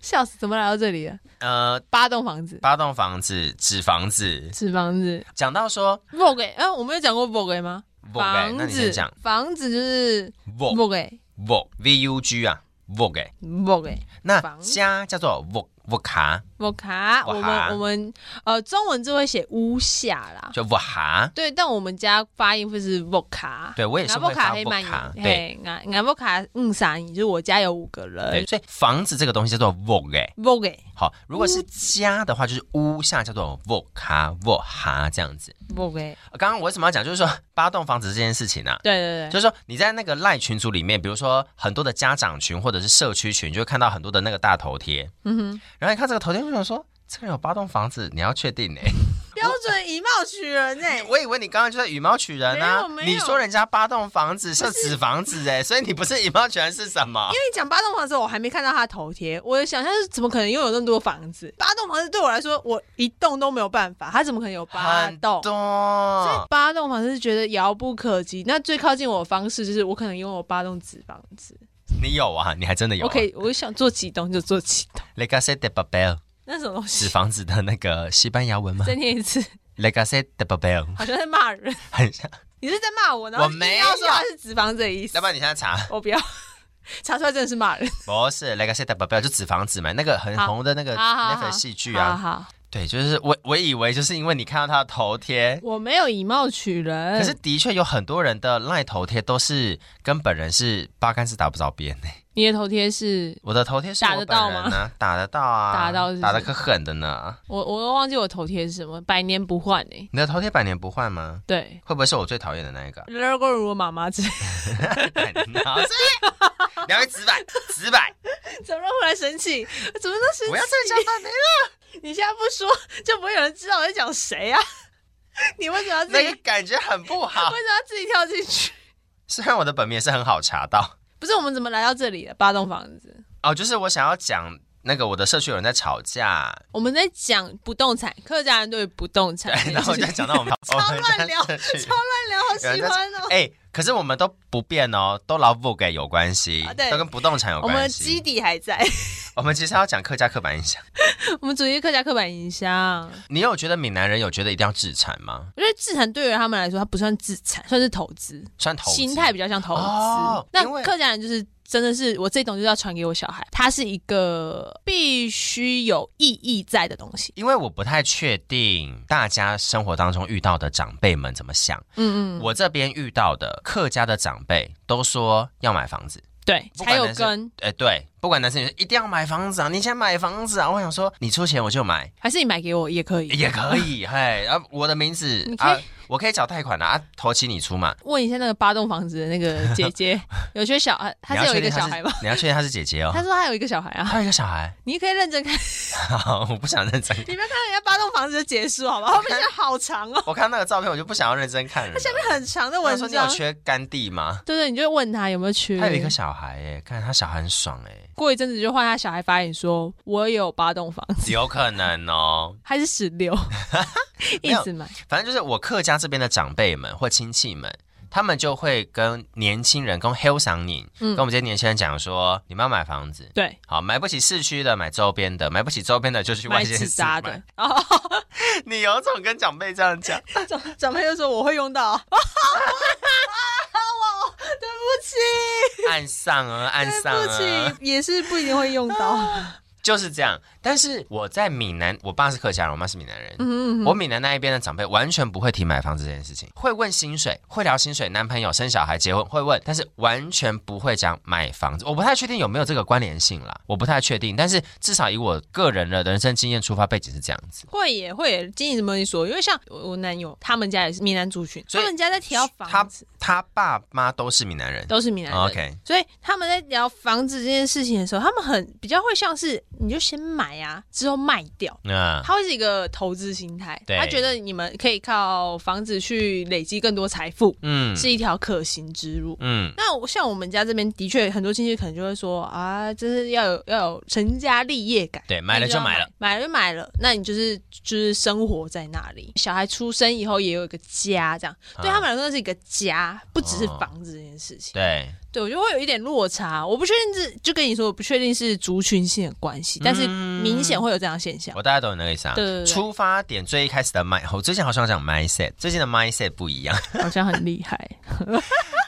Speaker 2: 笑死，怎么来到这里了？
Speaker 1: 呃，
Speaker 2: 八栋房子，
Speaker 1: 八栋房子，纸房子。欸
Speaker 2: 纸房子
Speaker 1: 讲到说
Speaker 2: vogue，嗯、我们有讲过 vogue 吗？
Speaker 1: vogue，那
Speaker 2: 房
Speaker 1: 你先
Speaker 2: 子
Speaker 1: 讲，
Speaker 2: 房子就是
Speaker 1: vogue
Speaker 2: vogue
Speaker 1: vogue v u g 啊 vogue。
Speaker 2: vogue
Speaker 1: 那
Speaker 2: 房子
Speaker 1: 家叫做 vogue vogue 卡，
Speaker 2: v o g a 我
Speaker 1: 哇
Speaker 2: 们我们呃中文字会写屋下啦，
Speaker 1: 就 vogue 哈
Speaker 2: 对，但我们家发音会是 voca，
Speaker 1: 对我也是
Speaker 2: 拿 v
Speaker 1: 会
Speaker 2: o
Speaker 1: 发
Speaker 2: 黑曼
Speaker 1: voca，
Speaker 2: 语，
Speaker 1: 对
Speaker 2: 嘿，拿拿 voca 嗯啥你，就是我家有五个
Speaker 1: 对，
Speaker 2: 人
Speaker 1: 所以房子这个东西叫做 vogue，欸、
Speaker 2: ，vogue
Speaker 1: 好，如果是家的话，就是屋下叫做 vogue 哈 vogue 哈这样子。
Speaker 2: vogue，
Speaker 1: 呃刚刚我为什么要讲，就是说 八栋房子这件事情啊。
Speaker 2: 对对
Speaker 1: 就是
Speaker 2: 对，
Speaker 1: 说，你在那个赖群组里面，比如说很多的家长群或者是社区群，就会看到很多的那个大头贴。
Speaker 2: 嗯哼，
Speaker 1: 然后你看这个头贴，就想说，这个人有八栋房子，你要确定呢、欸
Speaker 2: 标准以貌取人哎，
Speaker 1: 我以为你刚刚就在以貌取人啊
Speaker 2: 没有没，有
Speaker 1: 你说人家八栋房子是纸房子哎、 所以你不是以貌取人是什么？
Speaker 2: 因为你讲八栋房子，我还没看到他的头贴，我的想象是怎么可能拥有那么多房子？八栋房子对我来说，我一栋都没有办法，他怎么可能有八
Speaker 1: 很
Speaker 2: 栋？所以
Speaker 1: 多，
Speaker 2: 八栋房子是觉得遥不可及，那最靠近我的方式就是我可能拥有八栋纸房子，
Speaker 1: 你有啊？你还真的有、
Speaker 2: 我
Speaker 1: 啊？
Speaker 2: 可以，我想做几栋就做几栋，
Speaker 1: Legacy de Babel。
Speaker 2: 那什么东西
Speaker 1: 纸？房子的那个西班牙文吗
Speaker 2: 再念一次，
Speaker 1: ？Legacy de Babel，
Speaker 2: 好像在骂人。
Speaker 1: 很像。
Speaker 2: 你是在骂我，然后
Speaker 1: 我没啊
Speaker 2: 硬要说他是脂肪这意思
Speaker 1: 要不。然你现在查，
Speaker 2: 我不要 查出来真的是骂人。
Speaker 1: 不是 Legacy de Babel 就纸房子嘛，那个很红的那个
Speaker 2: 好好好
Speaker 1: n e t f l 戏剧
Speaker 2: 好
Speaker 1: 啊。
Speaker 2: 好，
Speaker 1: 对，就是我我以为就是因为你看到他的头贴，
Speaker 2: 我没有以貌取人。
Speaker 1: 可是的确有很多人的赖头贴都是跟本人是八竿子打不着边的。
Speaker 2: 你的头贴是
Speaker 1: 我的头贴是
Speaker 2: 打
Speaker 1: 我
Speaker 2: 得
Speaker 1: 本
Speaker 2: 到
Speaker 1: 人呢，打得到啊，
Speaker 2: 打得到是不是
Speaker 1: 打得可狠的呢。
Speaker 2: 我，我都忘记我头贴是什么，百年不换哎、
Speaker 1: 你的头贴百年不换吗？
Speaker 2: 对，？
Speaker 1: 会不会是我最讨厌的那一个
Speaker 2: 如果如我妈妈这
Speaker 1: 好 你要直白直白，
Speaker 2: 怎么忽然生气？怎么那生
Speaker 1: 不要再
Speaker 2: 气？
Speaker 1: 讲到
Speaker 2: 你现在不说，就不会有人知道我在讲谁啊？ 你为什么要自己？
Speaker 1: 那个 感觉很不好
Speaker 2: 为。什么要自己跳进去？
Speaker 1: 虽然我的本名也是很好查到
Speaker 2: 不是我们怎么来到这里的？八栋房子，
Speaker 1: 哦，就是我想要讲那个我的社区有人在吵架，
Speaker 2: 我们在讲不动产，客家人对于不动产
Speaker 1: 对
Speaker 2: 这件事情，，
Speaker 1: 然后就讲到我们
Speaker 2: 超乱聊
Speaker 1: 我们家社区
Speaker 2: 超乱聊，好喜欢哦。
Speaker 1: 哎、可是我们都不变哦，都老不给有关系，
Speaker 2: 啊对
Speaker 1: 都跟不动产有
Speaker 2: 我们
Speaker 1: 关
Speaker 2: 基
Speaker 1: 系。
Speaker 2: 底还在，
Speaker 1: 我们其实要讲客家刻板印象。
Speaker 2: 我们主题是客家刻板印象，
Speaker 1: 你有觉得闽南人有觉得一定要自产吗？
Speaker 2: 我觉得自产对于他们来说，它不算自产，算是投资，
Speaker 1: 算投资
Speaker 2: 心态比较像投资。
Speaker 1: 哦
Speaker 2: 那
Speaker 1: 因为
Speaker 2: 客家人就是真的是我这种就是要传给我小孩，它是一个必须有意义在的东西。
Speaker 1: 因为我不太确定大家生活当中遇到的长辈们怎么想。
Speaker 2: 嗯嗯，
Speaker 1: 我这边遇到的客家的长辈都说要买房子，
Speaker 2: 对，
Speaker 1: 不
Speaker 2: 才
Speaker 1: 管
Speaker 2: 有
Speaker 1: 男生
Speaker 2: 根，
Speaker 1: 哎，对，不管男生女生，一定要买房子啊！你想买房子啊？我想说，你出钱我就买
Speaker 2: 还是你买给我也可以。
Speaker 1: 也可以，嘿，啊，我的名字
Speaker 2: 你可以
Speaker 1: 啊，我可以找贷款的啊，头期你出嘛。
Speaker 2: 问一下那个八栋房子的那个姐 姐，有些小孩，她
Speaker 1: 你要
Speaker 2: 是有
Speaker 1: 确
Speaker 2: 一个
Speaker 1: 定她
Speaker 2: 小孩吗？？
Speaker 1: 你要确定她是姐哦姐哦
Speaker 2: 她。说她有一个小孩啊，
Speaker 1: 还有一个小孩，
Speaker 2: 你可以认真看，
Speaker 1: 好，我不想认真看。
Speaker 2: 你不要看人家八栋房子的解说，好吧？ 后面写好长哦，
Speaker 1: 我看那个照片，我就不想要认真看了。
Speaker 2: 下面很长的
Speaker 1: 我
Speaker 2: 文
Speaker 1: 说你有
Speaker 2: 章。
Speaker 1: 缺干弟吗？
Speaker 2: 对对，你就问他有没有缺。
Speaker 1: 他有一个小孩哎，看他小孩很爽哎，
Speaker 2: 过一阵子就换他小孩发言说：“我有八栋房子，
Speaker 1: 有可能哦。
Speaker 2: 还是十六，
Speaker 1: 没
Speaker 2: 一
Speaker 1: 有
Speaker 2: 直买。
Speaker 1: 反正就是我客家这边的长辈们或亲戚们，他们就会跟年轻人跟 hill 上你，
Speaker 2: 嗯
Speaker 1: 跟我们这些年轻人讲说，你们要买房子”，
Speaker 2: 对，
Speaker 1: 好，买不起市区的买周边的，买不起周边的就去外
Speaker 2: 买
Speaker 1: 县
Speaker 2: 纸
Speaker 1: 市
Speaker 2: 扎
Speaker 1: 买。
Speaker 2: 的。然后
Speaker 1: 你有种跟长辈这样讲，
Speaker 2: 长长辈就说：“我会 用到。”我对不起，
Speaker 1: 按上啊，按上
Speaker 2: 对
Speaker 1: 啊，
Speaker 2: 不起，也是不一定会用到。
Speaker 1: 就是这样。但是我在闽南，我爸是客家人，我妈是闽南人。
Speaker 2: 嗯，嗯
Speaker 1: 我闽南那一边的长辈完全不会提买房子这件事情，会问薪水，会聊薪水，男朋友生小孩、结婚会问，但是完全不会讲买房子。我不太确定有没有这个关联性啦，我不太确定，但是至少以我个人的人生经验出发，背景是这样子。
Speaker 2: 会也会也经营什么你说，因为像我我男友他们家也是闽南族群，
Speaker 1: 所以
Speaker 2: 他们家在提到
Speaker 1: 他
Speaker 2: 房子
Speaker 1: 他爸妈都是闽南人
Speaker 2: 都是闽南人。
Speaker 1: 哦，OK，
Speaker 2: 所以他们在聊房子这件事情的时候，他们很比较会像是你就先买啊，之后卖掉，
Speaker 1: 那
Speaker 2: 他会是一个投资心态，
Speaker 1: 啊对
Speaker 2: 他觉得你们可以靠房子去累积更多财富，
Speaker 1: 嗯
Speaker 2: 是一条可行之路。
Speaker 1: 嗯，
Speaker 2: 那我像我们家这边的确很多亲戚可能就会说啊，就是要有要有成家立业感，
Speaker 1: 对，买了就买了，，
Speaker 2: 买了就买了，那你就是就是生活在那里，小孩出生以后也有一个家，这样、对
Speaker 1: 啊
Speaker 2: 他们来说那是一个家，不只是
Speaker 1: 哦
Speaker 2: 房子这件事情。
Speaker 1: 对，
Speaker 2: 对，我觉得会有一点落差。我不确定是，就跟你说，我不确定是族群性的关系，但是
Speaker 1: 嗯
Speaker 2: 明显会有这样的现象。
Speaker 1: 我大家都有那个意思啊。
Speaker 2: 对对对
Speaker 1: 出发点最一开始的 mind，我最近好像讲 mindset，最近的 mindset 不一样，
Speaker 2: 好像很厉害，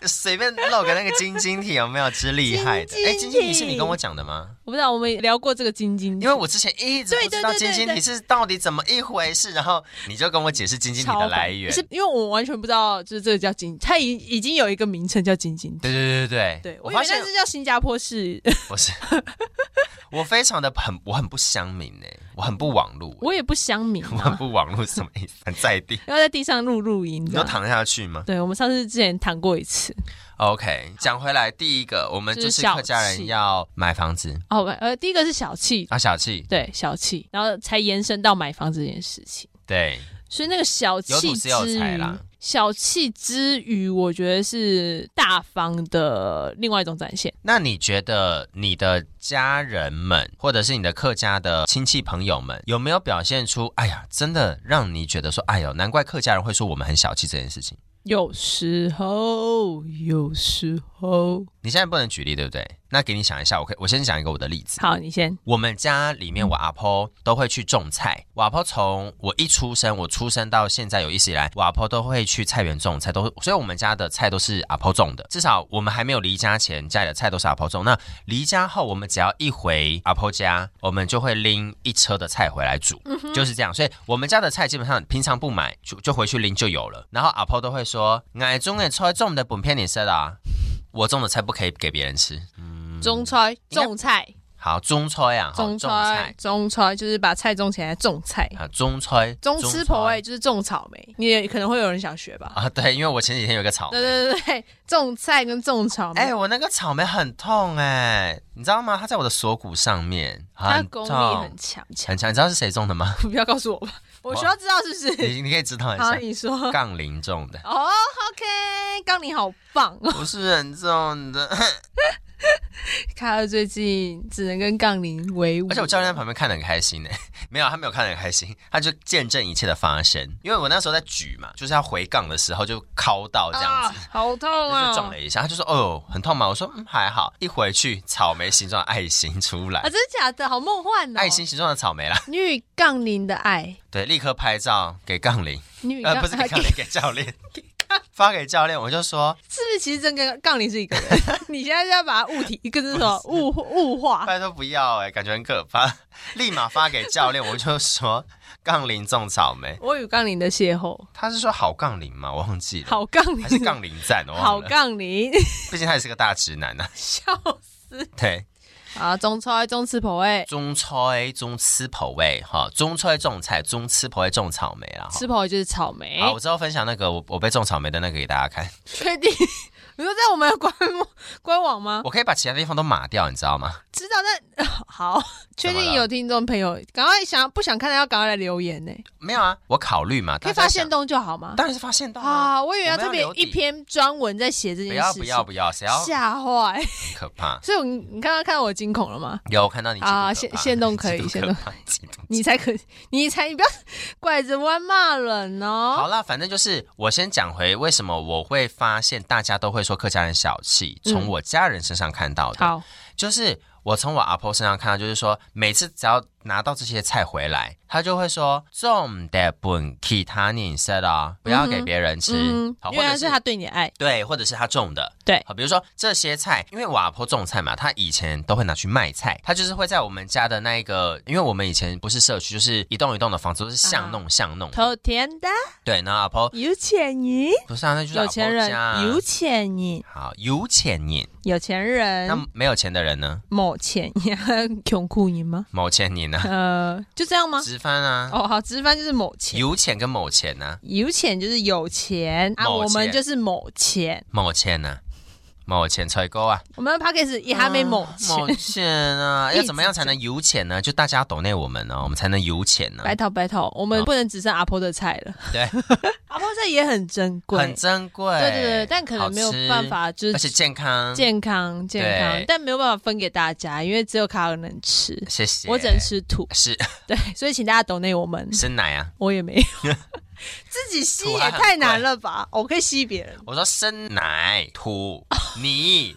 Speaker 1: 随便露个那个晶晶体有没有之厉害的？
Speaker 2: 晶晶
Speaker 1: 哎，
Speaker 2: 体
Speaker 1: 晶晶体是你跟我讲的吗？
Speaker 2: 我不知道我们也聊过这个晶晶体，
Speaker 1: 因为我之前一直
Speaker 2: 对
Speaker 1: 不知道
Speaker 2: 对对
Speaker 1: 晶晶
Speaker 2: 对
Speaker 1: 体是到底怎么一回事，然后你就跟我解释晶晶体
Speaker 2: 超
Speaker 1: 的
Speaker 2: 凡
Speaker 1: 来源。
Speaker 2: 是因为我完全不知道，就是这个叫晶，它已已经有一个名称叫晶晶体。
Speaker 1: 对对对对
Speaker 2: 对，
Speaker 1: 我
Speaker 2: 我以
Speaker 1: 发
Speaker 2: 为
Speaker 1: 现
Speaker 2: 那是叫新加 坡式，
Speaker 1: 不 是，我非常的很我很不乡民哎，我很不网路，
Speaker 2: 我也不相明、
Speaker 1: 我很
Speaker 2: 啊，
Speaker 1: 不网路是什么意思？很在地，
Speaker 2: 要在地上录录音
Speaker 1: 你
Speaker 2: 这
Speaker 1: 都
Speaker 2: 样。
Speaker 1: 躺下去吗
Speaker 2: 对，我们上次之前谈过一次。
Speaker 1: ？OK，讲回来，第一个我们
Speaker 2: 就
Speaker 1: 就是是
Speaker 2: 小
Speaker 1: 客家人
Speaker 2: 气
Speaker 1: 要买房子
Speaker 2: 哦，不呃，第一个是小气，
Speaker 1: 啊，小气，
Speaker 2: 对，小气，然后才延伸到买房这件事情。
Speaker 1: 对，
Speaker 2: 所以那个小
Speaker 1: 有
Speaker 2: 气
Speaker 1: 土
Speaker 2: 之
Speaker 1: 是有财
Speaker 2: 余
Speaker 1: 啦，
Speaker 2: 小气之余，我觉得是大方的另外一种展现。
Speaker 1: 那你觉得你的家人们，或者是你的客家的亲戚朋友们，有没有表现出，哎呀，真的让你觉得说，哎呦，难怪客家人会说我们很小气这件事情？
Speaker 2: 有时候，有时候，
Speaker 1: 你现在不能举例，对不对？那给你想一下，我可以，我先讲一个我的例子。
Speaker 2: 好，你先。
Speaker 1: 我们家里面，我阿婆都会去种菜。我阿婆从我一出生，我出生到现在有意识以来，我阿婆都会去菜园种菜，都所以我们家的菜都是阿婆种的。至少我们还没有离家前，家里的菜都是阿婆种。那离家后，我们只要一回阿婆家，我们就会拎一车的菜回来煮，就是这样。所以我们家的菜基本上平常不买，就就回去拎就有了。然后阿婆都会说：“矮中矮菜种的本片你吃的啊，我种的菜不可以给别人吃。
Speaker 2: 种菜，
Speaker 1: 该
Speaker 2: 种菜，”
Speaker 1: 好，中菜啊，嗯好
Speaker 2: 种
Speaker 1: 种菜
Speaker 2: 菜，。种菜，就是把菜种起来，种菜。
Speaker 1: 啊，中吹
Speaker 2: 中吃婆味就是种草莓，你也可能会有人想学吧？
Speaker 1: 啊，对，因为我前几天有个草莓，
Speaker 2: 对对对对，种菜跟种草莓，
Speaker 1: 哎、我那个草莓很痛哎、你知道吗？它在我的锁骨上面，
Speaker 2: 它
Speaker 1: 很
Speaker 2: 功
Speaker 1: 痛，
Speaker 2: 力很强，强，
Speaker 1: 很强。你知道是谁种的吗？
Speaker 2: 不要告诉我吧，我需要知道是不是？
Speaker 1: 你你可以知道一
Speaker 2: 好，
Speaker 1: 下，
Speaker 2: 你说。
Speaker 1: 杠铃种的，
Speaker 2: 哦，OK，杠你好棒哦
Speaker 1: 不是人种的。
Speaker 2: 卡尔最近只能跟杠铃为伍，
Speaker 1: 而且我教练在旁边看得很开心呢、没有，他没有看得很开心，他就见证一切的发生。因为我那时候在举嘛，就是要回杠的时候就敲到这样子，
Speaker 2: 啊、好痛
Speaker 1: 就是撞
Speaker 2: 啊！
Speaker 1: 了一下，他就说：“哦，很痛吗？”我说：“嗯，还好。”一回去，草莓形状的爱心出来，
Speaker 2: 啊，真的假的？好梦幻哦！
Speaker 1: 爱心形状的草莓啦。
Speaker 2: 女与杠铃的爱，
Speaker 1: 对，立刻拍照给杠铃，
Speaker 2: 女与杠、
Speaker 1: 呃，
Speaker 2: 啊
Speaker 1: 不是给杠铃，给教练
Speaker 2: 给，
Speaker 1: 发给教练。我就说，
Speaker 2: 是不是其实真跟杠铃是一个人？ 你现在是要把它物体一个是什么物物化？
Speaker 1: 拜托不要哎、感觉很可怕。立马发给教练，我就 说杠铃种草莓。
Speaker 2: 我与杠铃的邂逅，
Speaker 1: 他是说好杠铃吗？我忘记了，
Speaker 2: 好杠
Speaker 1: 还是
Speaker 2: 铃，
Speaker 1: 杠铃赞？我
Speaker 2: 好
Speaker 1: 忘了，
Speaker 2: 杠铃，
Speaker 1: 毕竟他也是个大直男呐、啊。
Speaker 2: 笑死！
Speaker 1: 对，
Speaker 2: 啊，中超中吃婆哎，
Speaker 1: 中菜中吃口味哈，中菜种菜，中吃口味种草莓啦。哈
Speaker 2: 吃婆就是草莓，
Speaker 1: 好，我之后分享那个我我被种草莓的那个给大家看，
Speaker 2: 确定？ 你说在我们的官网官网吗？
Speaker 1: 我可以把其他地方都码掉，你知道吗？
Speaker 2: 知道，但 好，确定有听众朋友赶快想不想看的要赶快来留言呢、
Speaker 1: 没有啊，我考虑嘛，
Speaker 2: 可以
Speaker 1: 大家
Speaker 2: 发
Speaker 1: 想
Speaker 2: 现，动就好吗？
Speaker 1: 当然是发现到啊，
Speaker 2: 啊，我以为要特别
Speaker 1: 我们要留底
Speaker 2: 一篇专文在写这
Speaker 1: 不
Speaker 2: 件
Speaker 1: 要
Speaker 2: 事情，
Speaker 1: 不要不要，谁要
Speaker 2: 吓坏。
Speaker 1: 可怕？
Speaker 2: 所以我你你刚刚看到我惊恐了吗？
Speaker 1: 有我看到你
Speaker 2: 啊
Speaker 1: 限
Speaker 2: 限限动可以限动你才可，你才你不要拐着弯骂人哦。
Speaker 1: 好啦，反正就是我先讲回为什么我会发现大家都会说客家人小气，
Speaker 2: 嗯
Speaker 1: 从我家人身上看到的，
Speaker 2: 好，
Speaker 1: 就是我从我阿婆身上看到，就是说每次只要拿到这些菜回来，她就会说种的本其他你色的哦，不要给别人吃，
Speaker 2: 嗯，
Speaker 1: 好，或
Speaker 2: 原来
Speaker 1: 者
Speaker 2: 是
Speaker 1: 是嗯
Speaker 2: 他对你的爱，
Speaker 1: 对，或者是他种的，
Speaker 2: 对
Speaker 1: 好，比如说这些菜，因为我阿婆种菜嘛，她以前都会拿去卖菜，她就是会在我们家的那一个，因为我们以前不是社区，就是一栋一栋的房子都是
Speaker 2: 嗯
Speaker 1: 巷弄巷弄，
Speaker 2: 头甜的
Speaker 1: 对，然后阿婆
Speaker 2: 有钱人，
Speaker 1: 不是啊，那就是阿
Speaker 2: 有
Speaker 1: 婆
Speaker 2: 钱
Speaker 1: 家啊
Speaker 2: 人有钱人，
Speaker 1: 好有钱人，
Speaker 2: 有钱
Speaker 1: 那
Speaker 2: 人
Speaker 1: 没有钱的人呢？
Speaker 2: 某钱 人，穷苦人吗？
Speaker 1: 某钱人呢？
Speaker 2: 呃，就这样 吗？
Speaker 1: 直翻啊，
Speaker 2: 哦，好，直翻就是某钱，
Speaker 1: 有钱跟某钱呢？
Speaker 2: 有钱就是有钱啊，
Speaker 1: 某钱
Speaker 2: 我们就是某钱，
Speaker 1: 某钱呢？某钱采购啊，
Speaker 2: 我们的 p a c k a g e 也还没某钱，
Speaker 1: 某钱啊，
Speaker 2: 一直
Speaker 1: 要怎么样才能有钱呢？就大家懂内我们哦呢，我们才能有钱呢，
Speaker 2: 白头白头，我们不能只剩阿婆的菜了，
Speaker 1: 啊对，
Speaker 2: 阿婆菜也很珍贵，
Speaker 1: 很珍贵。
Speaker 2: 对对对，但可能没有办
Speaker 1: 好
Speaker 2: 法就
Speaker 1: 吃，而
Speaker 2: 是
Speaker 1: 且健康。
Speaker 2: 健康健康
Speaker 1: 对，
Speaker 2: 但没有办法分给大家，因为只有卡尔能吃，
Speaker 1: 谢谢。
Speaker 2: 我只能吃土，
Speaker 1: 是
Speaker 2: 对，所以请大家懂内我们，
Speaker 1: 是奶啊，
Speaker 2: 我也没有， 自己吸也太难了吧，我可以吸别人，
Speaker 1: 我说生奶 土泥。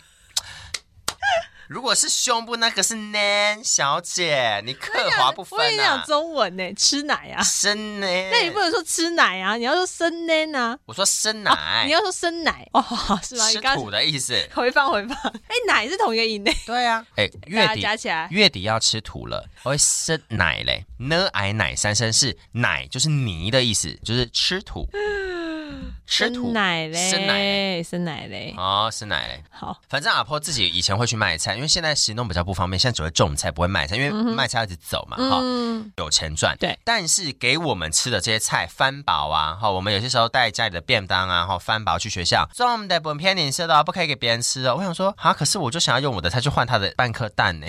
Speaker 1: 如果是胸部那个是 nan 小姐，你刻划不
Speaker 2: 我跟
Speaker 1: 分
Speaker 2: 你
Speaker 1: 啊
Speaker 2: 讲。中文呢，吃奶啊。
Speaker 1: 生呢？
Speaker 2: 那你不能说吃奶啊，你要说生奶啊，
Speaker 1: 我说生
Speaker 2: 你
Speaker 1: 奶，
Speaker 2: 要说生奶哦，是吗？你
Speaker 1: 吃
Speaker 2: 刚
Speaker 1: 土的意思。
Speaker 2: 回放回放，哎、奶是同一个音呢，
Speaker 1: 对啊，哎，
Speaker 2: 大
Speaker 1: 月
Speaker 2: 家
Speaker 1: 底
Speaker 2: 加起来
Speaker 1: 月底要吃土了，我会生奶嘞。呢矮奶三声是奶，就是泥的意思，就是吃 土，吃土
Speaker 2: 生奶嘞，
Speaker 1: 生奶嘞
Speaker 2: 生奶嘞，
Speaker 1: 哦，生奶嘞。
Speaker 2: 好，
Speaker 1: 反正阿婆自己以前会去卖菜，因为现在行动比较不方便，现在只会种菜，不会卖菜，因为卖菜要一直走嘛，哈、
Speaker 2: 嗯，
Speaker 1: 有钱赚。
Speaker 2: 对，
Speaker 1: 但是给我们吃的这些菜，翻饱啊，哈，我们有些时候带家里的便当啊，哈，翻饱去学校，种的本偏你吃的哦，不可以给别人吃哦。我想说，啊，可是我就想要用我的菜去换他的半颗蛋 呢、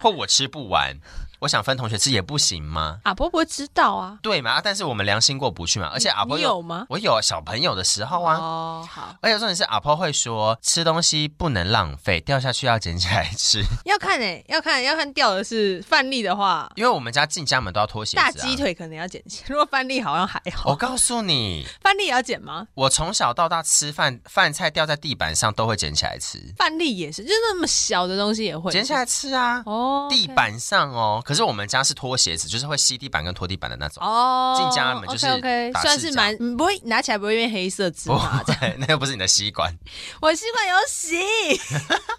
Speaker 1: 或我吃不完，我想分同学吃也不行吗？
Speaker 2: 阿婆不会知道啊，
Speaker 1: 对嘛？啊但是我们良心过不去嘛，而且阿婆
Speaker 2: 你
Speaker 1: 又
Speaker 2: 有吗？
Speaker 1: 我有小朋友的时候啊，
Speaker 2: 哦，好，
Speaker 1: 而且重点是阿婆会说，吃东西不能浪费，掉下去要捡起来吃。
Speaker 2: 要看哎、要看要看掉的是范例的话，
Speaker 1: 因为我们家进家门都要脱鞋子、啊。哦
Speaker 2: 大鸡。腿可能要剪 切，如果范例好像还好，
Speaker 1: 我告诉你，
Speaker 2: 范例也要剪吗？
Speaker 1: 我从小到大吃饭，饭菜掉在地板上都会捡起来吃，
Speaker 2: 范例也是，就是那么小的东西也会
Speaker 1: 捡起来吃啊，
Speaker 2: 哦，
Speaker 1: 地板上哦。可是我们家是拖鞋子，就是会吸地板跟拖地板的那种。
Speaker 2: 哦，
Speaker 1: 进家门就是
Speaker 2: OK OK，
Speaker 1: 打
Speaker 2: 算
Speaker 1: 赤
Speaker 2: 是
Speaker 1: 脚
Speaker 2: 蛮嗯不会拿起来不会变黑色芝
Speaker 1: 不
Speaker 2: 麻。
Speaker 1: 会， 那又不是你的吸 管，
Speaker 2: 我吸管有洗，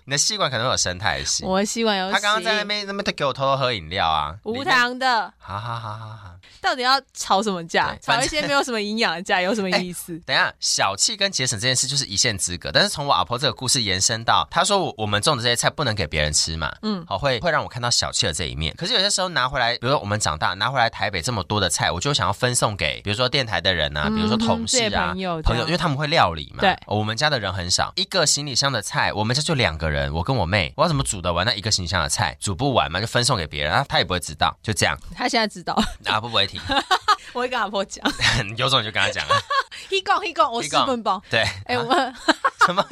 Speaker 1: 你的吸管可能会有生态系。
Speaker 2: 我吸管有洗。
Speaker 1: 他刚刚在那边那边给我偷偷喝饮料啊，
Speaker 2: 无
Speaker 1: 他，
Speaker 2: 糖的，
Speaker 1: 好好好好好。
Speaker 2: 到底要吵什么架
Speaker 1: 对？
Speaker 2: 吵
Speaker 1: 反
Speaker 2: 一
Speaker 1: 正
Speaker 2: 些没有什么营养的架有什么 意思？
Speaker 1: 等一下，小气跟节省这件事就是一线之隔，但是从我阿婆这个故事延伸到，她说我我们种的这些菜不能给别人吃嘛，
Speaker 2: 嗯
Speaker 1: 嗯，好会会让我看到小气的这一面。可是有些时候拿回来，比如说我们长大拿回来台北这么多的菜，我就想要分送给比如说电台的人啊，
Speaker 2: 嗯
Speaker 1: 比如说同事
Speaker 2: 自己的
Speaker 1: 啊、
Speaker 2: 朋友这样
Speaker 1: 因为他们会料理嘛，
Speaker 2: 对
Speaker 1: 哦我们家的人很少，一个行李箱的菜，我们家就两个人，我跟我妹，我要怎么煮得完那一个行李箱的菜？煮不完嘛，就分送给别人，啊，他也不会知道，就这样，
Speaker 2: 他现在知道，
Speaker 1: 阿婆不 会停，
Speaker 2: 我会跟阿婆 讲，
Speaker 1: 有种你就跟他讲啊，
Speaker 2: 一杠一杠，我
Speaker 1: 一
Speaker 2: 是
Speaker 1: 杠
Speaker 2: 棍棒。
Speaker 1: 对，
Speaker 2: 哎，
Speaker 1: 啊
Speaker 2: 我好
Speaker 1: 什么？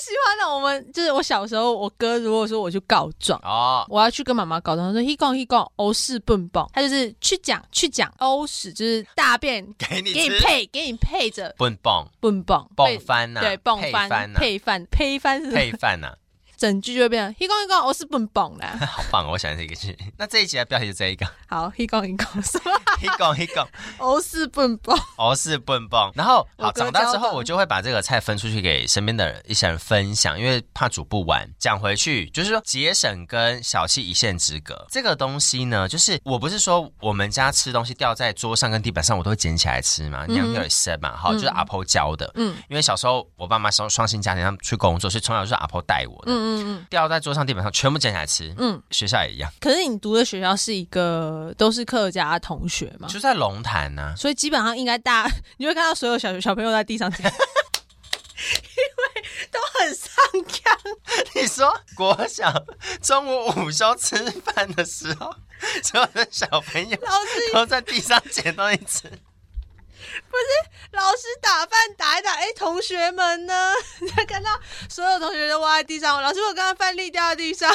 Speaker 2: 喜欢哦的。我们就是我小时候，我哥如果说我去告状，
Speaker 1: 哦，
Speaker 2: 我要去跟妈妈告状，他说 he gone he gone 欧式笨棒，他就是去讲去讲欧式就是大便
Speaker 1: 给你
Speaker 2: 给你
Speaker 1: 吃，
Speaker 2: 配给你配着
Speaker 1: 蹦蹦
Speaker 2: 笨棒
Speaker 1: 蹦
Speaker 2: 被
Speaker 1: 翻呐，
Speaker 2: 对蹦
Speaker 1: 配
Speaker 2: 翻
Speaker 1: 呐，
Speaker 2: 配饭配饭是什么
Speaker 1: 配饭呐，
Speaker 2: 整句就会变成 he gone he gone 欧式笨棒 啦。
Speaker 1: 好棒！哦！我想这个剧，那这一集的标题就这 一个
Speaker 2: 好 he gone he gone 什么
Speaker 1: ，he gone he gone，
Speaker 2: 欧式笨棒。
Speaker 1: 哦是蹦蹦。然后好，
Speaker 2: 我哥
Speaker 1: 长大之
Speaker 2: 教
Speaker 1: 后
Speaker 2: 的
Speaker 1: 我就会把这个菜分出去给身边的人一些人分享，因为怕煮不完。讲回去就是说节省跟小气一线之隔，这个东西呢，就是我不是说我们家吃东西掉在桌上跟地板上，我都会捡起来吃嘛，娘有也生嘛，好，就是阿婆教的。
Speaker 2: 嗯
Speaker 1: 因为小时候我爸妈双双薪家庭，他们去工作，所以从小就是阿婆带我的，
Speaker 2: 嗯嗯嗯
Speaker 1: 掉在桌上、地板上全部捡起来吃。
Speaker 2: 嗯。
Speaker 1: 学校也一样，
Speaker 2: 可是你读的学校是一个都是客家同学嘛，
Speaker 1: 就在龙潭啊呐、
Speaker 2: 所以基本上应该大， 你会看到所有小小朋友在地上捡，因为都很上纲。
Speaker 1: 你说国小中午午休吃饭的时候，所有的小朋友
Speaker 2: 老师
Speaker 1: 都在地上捡东西 吃，
Speaker 2: 老师打饭打一打，哎、同学们呢？ 你会看到所有同学都挖在地上，老师我刚刚饭粒掉在地上，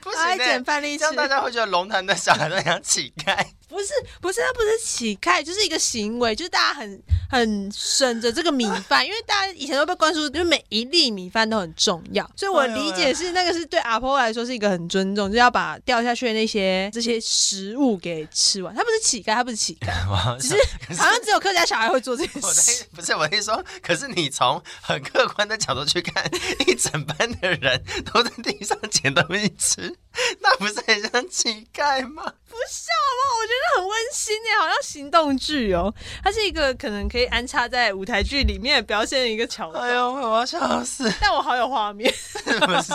Speaker 1: 不
Speaker 2: 拿来
Speaker 1: 行
Speaker 2: 捡
Speaker 1: 呢。
Speaker 2: 饭粒
Speaker 1: 这
Speaker 2: 吃。
Speaker 1: 样大家会觉得龙潭的小孩都很像乞丐，
Speaker 2: 不是不是，他不是乞丐，就是一个行为，就是大家很很省着这个米饭，因为大家以前都被灌输，就是每一粒米饭都很重要，所以我
Speaker 1: 哎呦
Speaker 2: 理解是那个是对阿婆来说是一个很尊重，就是要把掉下去的那些这些食物给吃完。他不是乞丐，他不是乞丐，
Speaker 1: 哇
Speaker 2: 只是好像只有客家小孩会做这件
Speaker 1: 我
Speaker 2: 事
Speaker 1: 的。不是我的意思说，可是你从很客观的角度去看，一整班的人都在地上捡东西吃，那不是很像乞丐吗？
Speaker 2: 不是好吗？我觉得很温馨耶，好像行动剧哦。它是一个可能可以安插在舞台剧里面表现的一个桥段，
Speaker 1: 哎呦，我要笑死！
Speaker 2: 但我好有画面。
Speaker 1: 是不 是？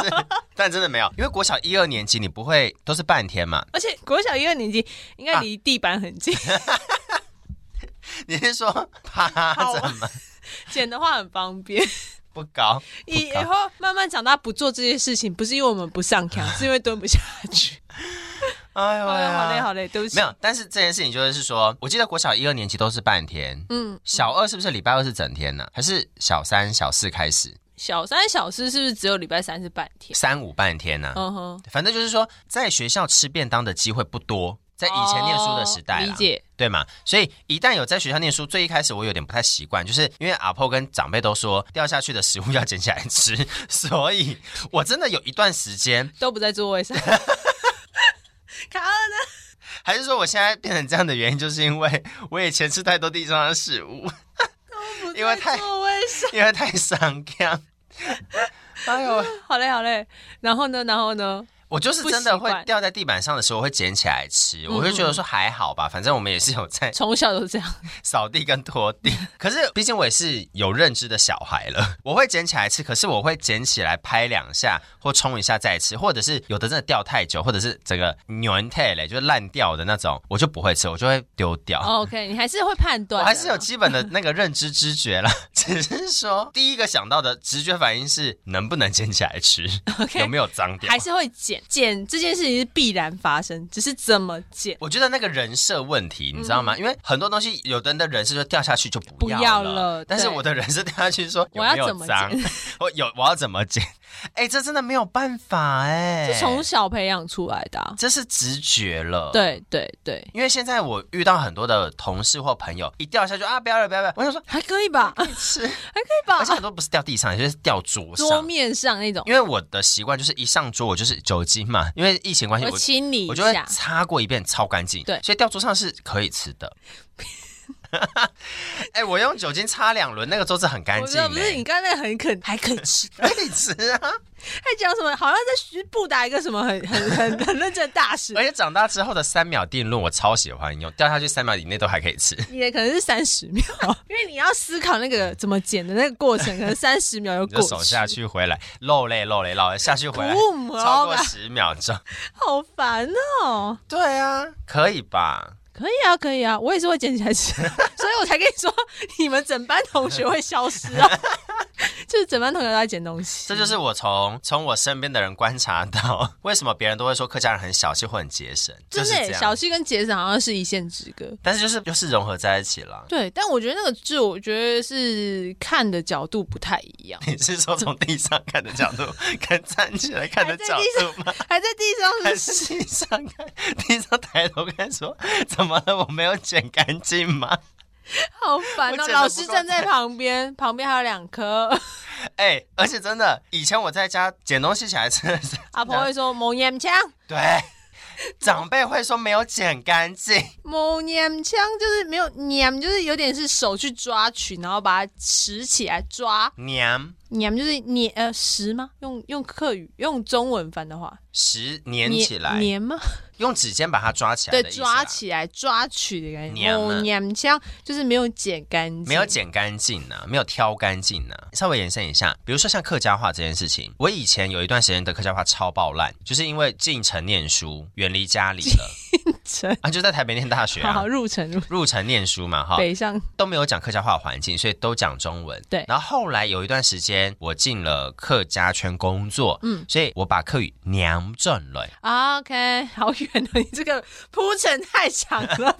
Speaker 1: 但真的没有，因为国小一二年级你不会都是半天嘛？
Speaker 2: 而且国小一二年级应该离地板很近，
Speaker 1: 你是说趴着吗？
Speaker 2: 捡的话很方便。
Speaker 1: 不高，
Speaker 2: 以以
Speaker 1: 高
Speaker 2: 后慢慢长大不做这些事情，不是因为我们不 上墙，是因为蹲不下去。
Speaker 1: 哎呦
Speaker 2: 哎呀，好累
Speaker 1: 呀！
Speaker 2: 好累，对不起。
Speaker 1: 没有，但是这件事情就是说，我记得国小一二年级都是半天，
Speaker 2: 嗯，
Speaker 1: 小二是不是礼拜二是整天呢、还是小三、小四开始，
Speaker 2: 小三小四是不是只有礼拜三是半天？
Speaker 1: 三五半天呢、
Speaker 2: 嗯哼，
Speaker 1: 反正就是说，在学校吃便当的机会不多，在以前念书的时代
Speaker 2: 哦
Speaker 1: 啦
Speaker 2: 理解。
Speaker 1: 对嘛？所以一旦有在学校念书，最一开始我有点不太习惯，就是因为阿婆跟长辈都说掉下去的食物要捡起来吃，所以我真的有一段时间，
Speaker 2: 都不在 座位上。卡二呢？
Speaker 1: 还是说我现在变成这样的原因，就是因为我以前吃太多地上的食物，
Speaker 2: 不
Speaker 1: 因为
Speaker 2: 在
Speaker 1: 太
Speaker 2: 座位上。
Speaker 1: 因为太伤感。哎呦，
Speaker 2: 好嘞，好嘞。然后呢，然后呢？
Speaker 1: 我就是真的
Speaker 2: 不习
Speaker 1: 会
Speaker 2: 惯嗯
Speaker 1: 掉在地板上的时候，我会捡起来吃，我会觉得说还好吧，反正我们也是有在
Speaker 2: 从小都这样。
Speaker 1: 扫地跟拖地。可是毕竟我也是有认知的小孩了，我会捡起来吃，可是我会捡起来拍两下或冲一下再吃，或者是有的真的掉太久，或者是整个软太嘞，就是烂掉的那种，我就不会吃，我就会丢掉。
Speaker 2: OK，你还是会判断
Speaker 1: 我
Speaker 2: 的，
Speaker 1: 还是有基本的那个认知知觉啦， 只是说第一个想到的直觉反应是能不能捡起来吃
Speaker 2: OK
Speaker 1: 有没有脏掉
Speaker 2: 还。是会减减这件事情是必然发生，只是怎么减。
Speaker 1: 我觉得那个人设问题，你知道吗？因为很多东西，有的人的人设就掉下去就不
Speaker 2: 嗯不要
Speaker 1: 了
Speaker 2: 了
Speaker 1: 但是
Speaker 2: 对
Speaker 1: 我的人设掉下去说
Speaker 2: 我
Speaker 1: 有
Speaker 2: 要
Speaker 1: 没有
Speaker 2: 怎么
Speaker 1: 脏， 我有我要怎么剪？ 哎、这真的没有办法哎、
Speaker 2: 是从小培养出来的啊、
Speaker 1: 这是直觉了。。
Speaker 2: 对对对，
Speaker 1: 因为现在我遇到很多的同事或朋友，一掉下去啊，不要了，不要了！我想说
Speaker 2: 还可以吧，还可
Speaker 1: 是，
Speaker 2: 以吧啊
Speaker 1: 而且，很多不是掉地上，也就是掉桌
Speaker 2: 桌
Speaker 1: 上。
Speaker 2: 面上那种，
Speaker 1: 因为我的习惯就是一上桌，我就是酒精嘛，因为疫情关系，
Speaker 2: 我
Speaker 1: 我
Speaker 2: 清理
Speaker 1: 我
Speaker 2: 一
Speaker 1: 就会
Speaker 2: 下。
Speaker 1: 擦过一遍，超干净。
Speaker 2: 对
Speaker 1: 所以掉桌上是可以吃的。 哎、我用酒精擦两轮，那个桌子很干
Speaker 2: 我知
Speaker 1: 净、
Speaker 2: 道，不是你
Speaker 1: 欸，
Speaker 2: 刚才 很肯，还可以吃，
Speaker 1: 可以吃 啊。
Speaker 2: 还讲什么？好像在学布达一个什么很很 很很认真的大使
Speaker 1: 而，且长大之后的三秒定论，我超喜欢用，掉下去三秒以内都还可以吃。
Speaker 2: 你的可能是三 十秒，因为你要思考那个怎么减的那个过程，可能三十秒就
Speaker 1: 你就
Speaker 2: 过
Speaker 1: 手下
Speaker 2: 去，
Speaker 1: 去回来，漏泪漏泪漏泪，下去回来
Speaker 2: 不嘛
Speaker 1: 超过十秒钟。
Speaker 2: 好烦哦。
Speaker 1: 对啊，可以吧？
Speaker 2: 可以啊，可以啊，我 也是会捡起来吃，所以我才跟你说，你们整班同学会消失啊。就是整班同学都在捡东西。
Speaker 1: 这就是我从从我身边的人观察到，为什么别人都会说客家人很小气或很节省，就
Speaker 2: 真
Speaker 1: 是
Speaker 2: 的耶
Speaker 1: 这
Speaker 2: 小
Speaker 1: 样。
Speaker 2: 气跟节省好像是一线之隔。
Speaker 1: 但是就是就是融合在一起了。。
Speaker 2: 对，但我觉得那个字，我觉得是看的角度不太一样
Speaker 1: 你是说从地上看的角度，跟站起来看的角度吗？
Speaker 2: 还在地哎上是不
Speaker 1: 还
Speaker 2: 是
Speaker 1: 是地上看，地上抬头看说，怎么了？我没有剪干净吗？
Speaker 2: 好
Speaker 1: 我
Speaker 2: 烦哦！
Speaker 1: 剪得
Speaker 2: 老
Speaker 1: 不
Speaker 2: 师
Speaker 1: 够
Speaker 2: 站在旁边，旁边还有两颗。
Speaker 1: 哎、而且真的，以前我在家捡东西起来真的是，
Speaker 2: 阿婆会说蒙眼枪，
Speaker 1: 对，长辈会说没有剪干净，
Speaker 2: 蒙眼枪就是没有捻，就是有点是手去抓取，然后把它拾起来抓。
Speaker 1: 娘
Speaker 2: 捻就是捻呃拾吗？用用客语用中文翻的话，
Speaker 1: 十粘起来，
Speaker 2: 捻吗？
Speaker 1: 用指尖把它抓起来
Speaker 2: 对，
Speaker 1: 的意思啊
Speaker 2: 抓起来抓取的感觉。
Speaker 1: 捻啊
Speaker 2: 蒙眼枪就是没有剪干净，
Speaker 1: 没有剪干净呢，没有挑干净呢。啊稍微延伸一下，比如说像客家话这件事情，我以前有一段时间的客家话超爆烂，就是因为进城念书，远离家里了
Speaker 2: 成。
Speaker 1: 啊，就在台北念大学
Speaker 2: 好
Speaker 1: 啊
Speaker 2: 好。入城入
Speaker 1: 入城念书嘛，哈，
Speaker 2: 北上
Speaker 1: 都没有讲客家话的环境，所以都讲中文。
Speaker 2: 对
Speaker 1: 然后后来有一段时间，我进了客家圈工作，嗯，所以我把客语娘正了。
Speaker 2: OK，好远哦！你这个铺陈太长 了。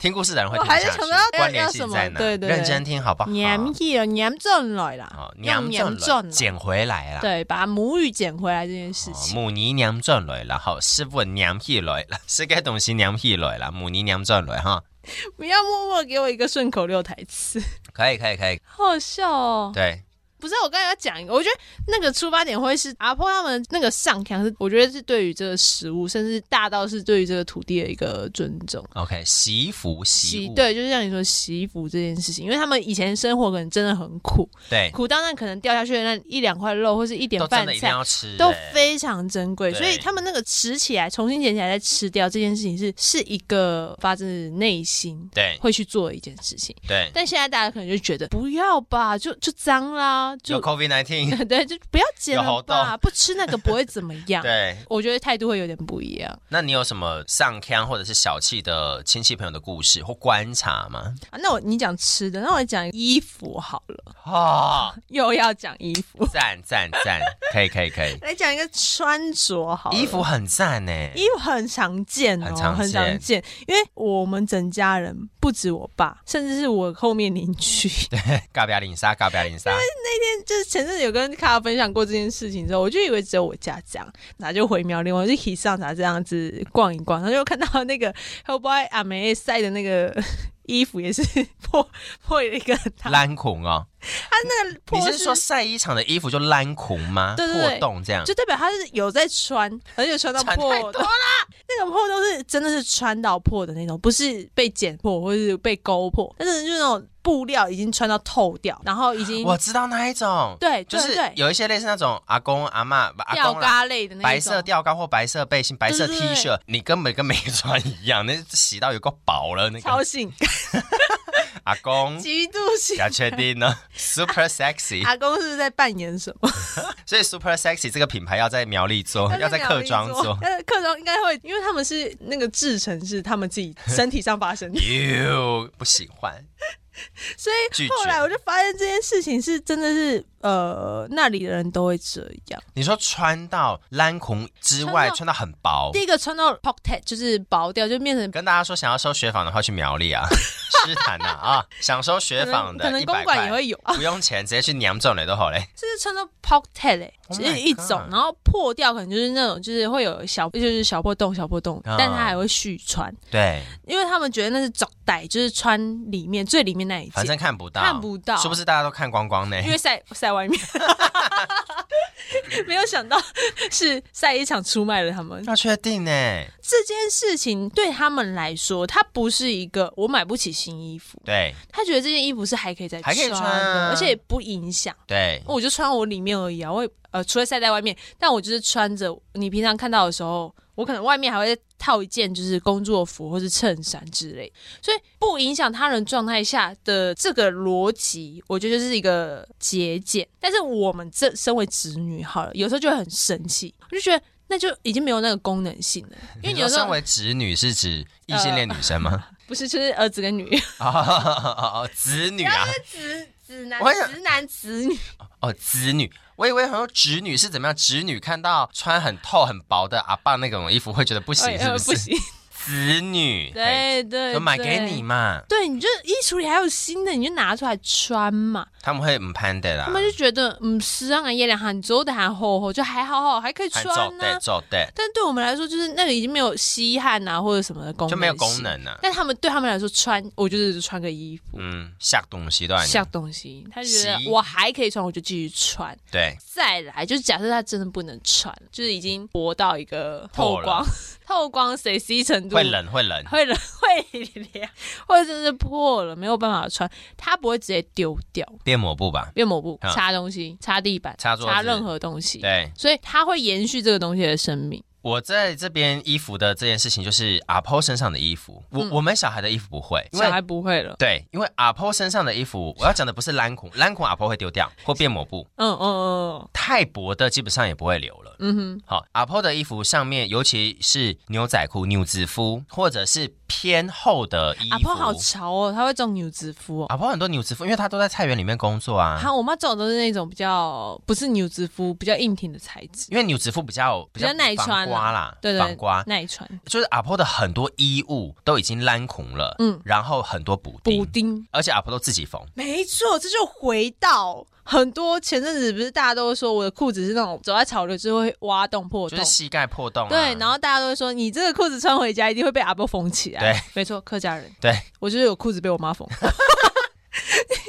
Speaker 1: 听故事的人会听
Speaker 2: 我还
Speaker 1: 下
Speaker 2: 是
Speaker 1: 去
Speaker 2: 想到，要
Speaker 1: 关
Speaker 2: 要
Speaker 1: 联
Speaker 2: 什
Speaker 1: 性
Speaker 2: 么
Speaker 1: 在哪？
Speaker 2: 对对对
Speaker 1: 认真听好不好？
Speaker 2: 年纪哦，年正来啦，
Speaker 1: 哦，娘正
Speaker 2: 用娘正
Speaker 1: 了，
Speaker 2: 了
Speaker 1: 捡回来啦。
Speaker 2: 对，把母语捡回来这件事
Speaker 1: 哦
Speaker 2: 情。
Speaker 1: 母泥娘转来啦，吼，师傅娘起来 啦，是该东西娘起来啦，母泥娘转来哈，
Speaker 2: 不要默默给我一个顺口溜台词，
Speaker 1: 可以可以可以，
Speaker 2: 好好笑哦。
Speaker 1: 对，
Speaker 2: 不是，我刚才要讲一个，我觉得那个出发点会是阿婆他们那个上墙是，我觉得是对于这个食物，甚至大到是对于这个土地的一个尊重。
Speaker 1: OK，习服习
Speaker 2: 洗
Speaker 1: 物，
Speaker 2: 对，就是像你说洗衣服这件事情，因为他们以前生活可能真的很苦，
Speaker 1: 对，
Speaker 2: 苦到那可能掉下去的那一两块肉或是一点
Speaker 1: 都真
Speaker 2: 饭
Speaker 1: 的一定
Speaker 2: 菜，
Speaker 1: 要吃，
Speaker 2: 都
Speaker 1: 欸
Speaker 2: 非常珍贵，
Speaker 1: 对
Speaker 2: 所以他们那个拾起来、重新捡起来再吃掉这件事情是是一个发自内心
Speaker 1: 对
Speaker 2: 会去做的一件事情。
Speaker 1: 对，
Speaker 2: 但现在大家可能就觉得不要吧，就就脏啦，就
Speaker 1: 有 COVID nineteen，
Speaker 2: 对，就不要捡
Speaker 1: 有
Speaker 2: 了
Speaker 1: 猴
Speaker 2: 吧，不吃那个不会怎么 样。
Speaker 1: 对，
Speaker 2: 我觉得态度会有点不一样
Speaker 1: 那你有什么上腔或者是小气的亲戚朋友的故事或观察 吗？
Speaker 2: 啊。那我你讲吃的，那我讲衣服好了，
Speaker 1: 哦，
Speaker 2: 又要讲衣服，
Speaker 1: 赞赞赞，可以可以可以，
Speaker 2: 来讲一个穿着好了
Speaker 1: 衣服很赞呢，
Speaker 2: 衣服很常见哦，
Speaker 1: 很常见
Speaker 2: 见因为我们整家人不止我爸，甚至是我后面邻 居。
Speaker 1: 嘎不要领沙，嘎不要领沙，
Speaker 2: 就是前阵子有跟卡分享过这件事情之后，我就以为只有我家这样，然后就回苗栗，我就去上茶这样子逛一逛，然后就看到那个 Hellboy 阿梅晒的那个 衣服也是 破破了一个很大，
Speaker 1: 烂孔哦。
Speaker 2: 破
Speaker 1: 你是说晒衣场的衣服就烂孔吗？
Speaker 2: 对对对
Speaker 1: 破洞这样
Speaker 2: 就。代表他是有在穿，而且穿到
Speaker 1: 嗯穿
Speaker 2: 破
Speaker 1: 太多
Speaker 2: 的。那个破都是真的是穿到破的那种，不是被剪破或是被勾破，但是就是那种布料已经穿到透掉，然后已经
Speaker 1: 我知道那一种，
Speaker 2: 对
Speaker 1: 就
Speaker 2: 对
Speaker 1: 是
Speaker 2: 对
Speaker 1: 有一些类似那种阿公阿妈阿
Speaker 2: 吊
Speaker 1: 公啦，
Speaker 2: 嘎类的那种
Speaker 1: 白色吊高或白色背心、白色
Speaker 2: 对
Speaker 1: T
Speaker 2: 对对
Speaker 1: 恤，你根本跟没穿一样，那洗到有够薄了。那
Speaker 2: 超
Speaker 1: 个
Speaker 2: 性
Speaker 1: 阿 公
Speaker 2: 极度 性。
Speaker 1: 要确定呢，Super Sexy，
Speaker 2: 阿公是不是在扮演什么？
Speaker 1: 所以 Super Sexy 这个品牌要在苗栗 做，哦要在客庄做。
Speaker 2: 呃，客庄应该会，因为他们是那个制成是他们自己 身体上发生的，
Speaker 1: 哟，不喜欢，
Speaker 2: 所以
Speaker 1: 拒
Speaker 2: 后来
Speaker 1: 绝
Speaker 2: 我就发现这件事情是真的是呃那里的人都会这样。
Speaker 1: 你说穿到烂孔之外，
Speaker 2: 穿
Speaker 1: 穿到很薄，
Speaker 2: 第一个穿到 pocket 就是薄掉，就变成
Speaker 1: 跟大家说，想要收学访的话，去苗栗 啊，师坛呐啊，想收学
Speaker 2: 可
Speaker 1: 访
Speaker 2: 能
Speaker 1: 的，
Speaker 2: 可能公
Speaker 1: 100
Speaker 2: 馆
Speaker 1: 块
Speaker 2: 也会有 啊，
Speaker 1: 不用钱，直接去娘种了都好嘞。
Speaker 2: 这是穿到 pocket 嘞、
Speaker 1: Oh
Speaker 2: 只是
Speaker 1: my
Speaker 2: 一种，
Speaker 1: God
Speaker 2: 然后破掉可能就是那种就是会有小就是小破洞小破洞，
Speaker 1: 啊
Speaker 2: 但它还会续穿，
Speaker 1: 对，
Speaker 2: 因为他们觉得那是走带，就是穿里面最里面那一
Speaker 1: 反
Speaker 2: 件。
Speaker 1: 正看不到，
Speaker 2: 看不到，
Speaker 1: 是不哎是大家都看光光呢？
Speaker 2: 因为晒晒外面， 没有想到是晒衣场出卖了他们。
Speaker 1: 要确定呢，
Speaker 2: 这件事情对他们来说，它不是一个我买不起新衣服，
Speaker 1: 对
Speaker 2: 他觉得这件衣服是还可以再
Speaker 1: 还可以
Speaker 2: 的，
Speaker 1: 穿啊
Speaker 2: 而且也不影响。
Speaker 1: 对，
Speaker 2: 我就穿我里面而已啊，我也呃除了晒在外面，但我就是穿着你平常看到的时候，我可能外面还会再套一件就是工作服或是衬衫之类，所以不影响他人状态下的这个逻辑，我觉得就是一个节俭。但是我们这身为子女好了，有时候就会很生气，我就觉得。那就已经没有那个功能性 了，因为你有
Speaker 1: 说
Speaker 2: 时
Speaker 1: 身
Speaker 2: 候呃
Speaker 1: 为直女是指异 性恋女生吗？
Speaker 2: 不是就是儿子跟女
Speaker 1: 哦哦哦哦，子女啊，
Speaker 2: 子直男
Speaker 1: 我还想
Speaker 2: 直男 直女，
Speaker 1: 哦，子女，我以为很多侄女是怎么样？侄女看到穿很透很薄的阿爸那种衣服，会觉得不
Speaker 2: 哎
Speaker 1: 行，是
Speaker 2: 呃
Speaker 1: 不
Speaker 2: 不
Speaker 1: 是？
Speaker 2: 行，
Speaker 1: 子女，嘿，
Speaker 2: 对对，
Speaker 1: 就买
Speaker 2: 对
Speaker 1: 给你。嘛，
Speaker 2: 对，你就衣橱里还有新的，你就拿出来穿嘛。
Speaker 1: 他们会唔攀的啦
Speaker 2: 他，们就觉得，嗯，时尚的夜凉很周的还厚厚，就还好好，还可以
Speaker 1: 还
Speaker 2: 穿啊
Speaker 1: 皱
Speaker 2: 呢、
Speaker 1: 对皱对，
Speaker 2: 但对我们来说，就是那个已经没有吸汗啊或者什么的功能，
Speaker 1: 就没有功。能了、
Speaker 2: 但他们对他们来说，穿我就是穿个衣服，
Speaker 1: 嗯，下东西都要你
Speaker 2: 像东西，他就觉
Speaker 1: 洗
Speaker 2: 得我还可以穿，我就继续穿。
Speaker 1: 对，
Speaker 2: 再来，就是假设他真的不能穿，就是已经薄到一个
Speaker 1: 破
Speaker 2: 透
Speaker 1: 了
Speaker 2: 光、 透光水吸程度，
Speaker 1: 会冷会冷，
Speaker 2: 会冷 会凉，或者真是破了没有办法穿，他不会直接丢掉。
Speaker 1: 变抹布吧，
Speaker 2: 变抹布、
Speaker 1: 啊
Speaker 2: 擦东西、擦地板、
Speaker 1: 擦桌子
Speaker 2: 任何东西，
Speaker 1: 对
Speaker 2: 所以它会延续这个东西的生命。
Speaker 1: 我在这边衣服的这件事情，就是阿婆身上的衣服，我、我们小孩的衣服不会，因为
Speaker 2: 嗯小孩不会了，
Speaker 1: 对，因为阿婆身上的衣服，我要讲的不是蓝孔，蓝孔阿婆会丢掉或变抹布，
Speaker 2: 嗯嗯嗯嗯，
Speaker 1: 太薄的基本上也不会留了。
Speaker 2: 嗯哼，
Speaker 1: 好，阿婆的衣服上面，尤其是牛仔裤、牛仔夫，或者是偏厚的衣服。
Speaker 2: 阿婆好潮哦，他会种牛子夫哦。
Speaker 1: 阿婆很多牛仔夫，因为她都在菜园里面工作啊。
Speaker 2: 好，我妈种的都是那种比较不是牛子夫，比较硬挺的材质，
Speaker 1: 因为牛仔夫比较比
Speaker 2: 比较耐穿啊
Speaker 1: 防刮啦，
Speaker 2: 对对
Speaker 1: 防刮
Speaker 2: 耐穿。
Speaker 1: 就是阿婆的很多衣物都已经烂孔了，
Speaker 2: 嗯
Speaker 1: 嗯，然后很多补丁，
Speaker 2: 补丁，
Speaker 1: 而且阿婆都自己缝，
Speaker 2: 没错，这就回到很多前阵子不是大家都会说我的裤子是那种走在潮流就会挖洞破
Speaker 1: 就
Speaker 2: 洞
Speaker 1: 是，膝盖破洞、啊，
Speaker 2: 对，然后大家都会说你这个裤子穿回家一定会被阿伯缝起来。
Speaker 1: 对，
Speaker 2: 没错，客家人。
Speaker 1: 对，
Speaker 2: 我就是有裤子被我妈缝。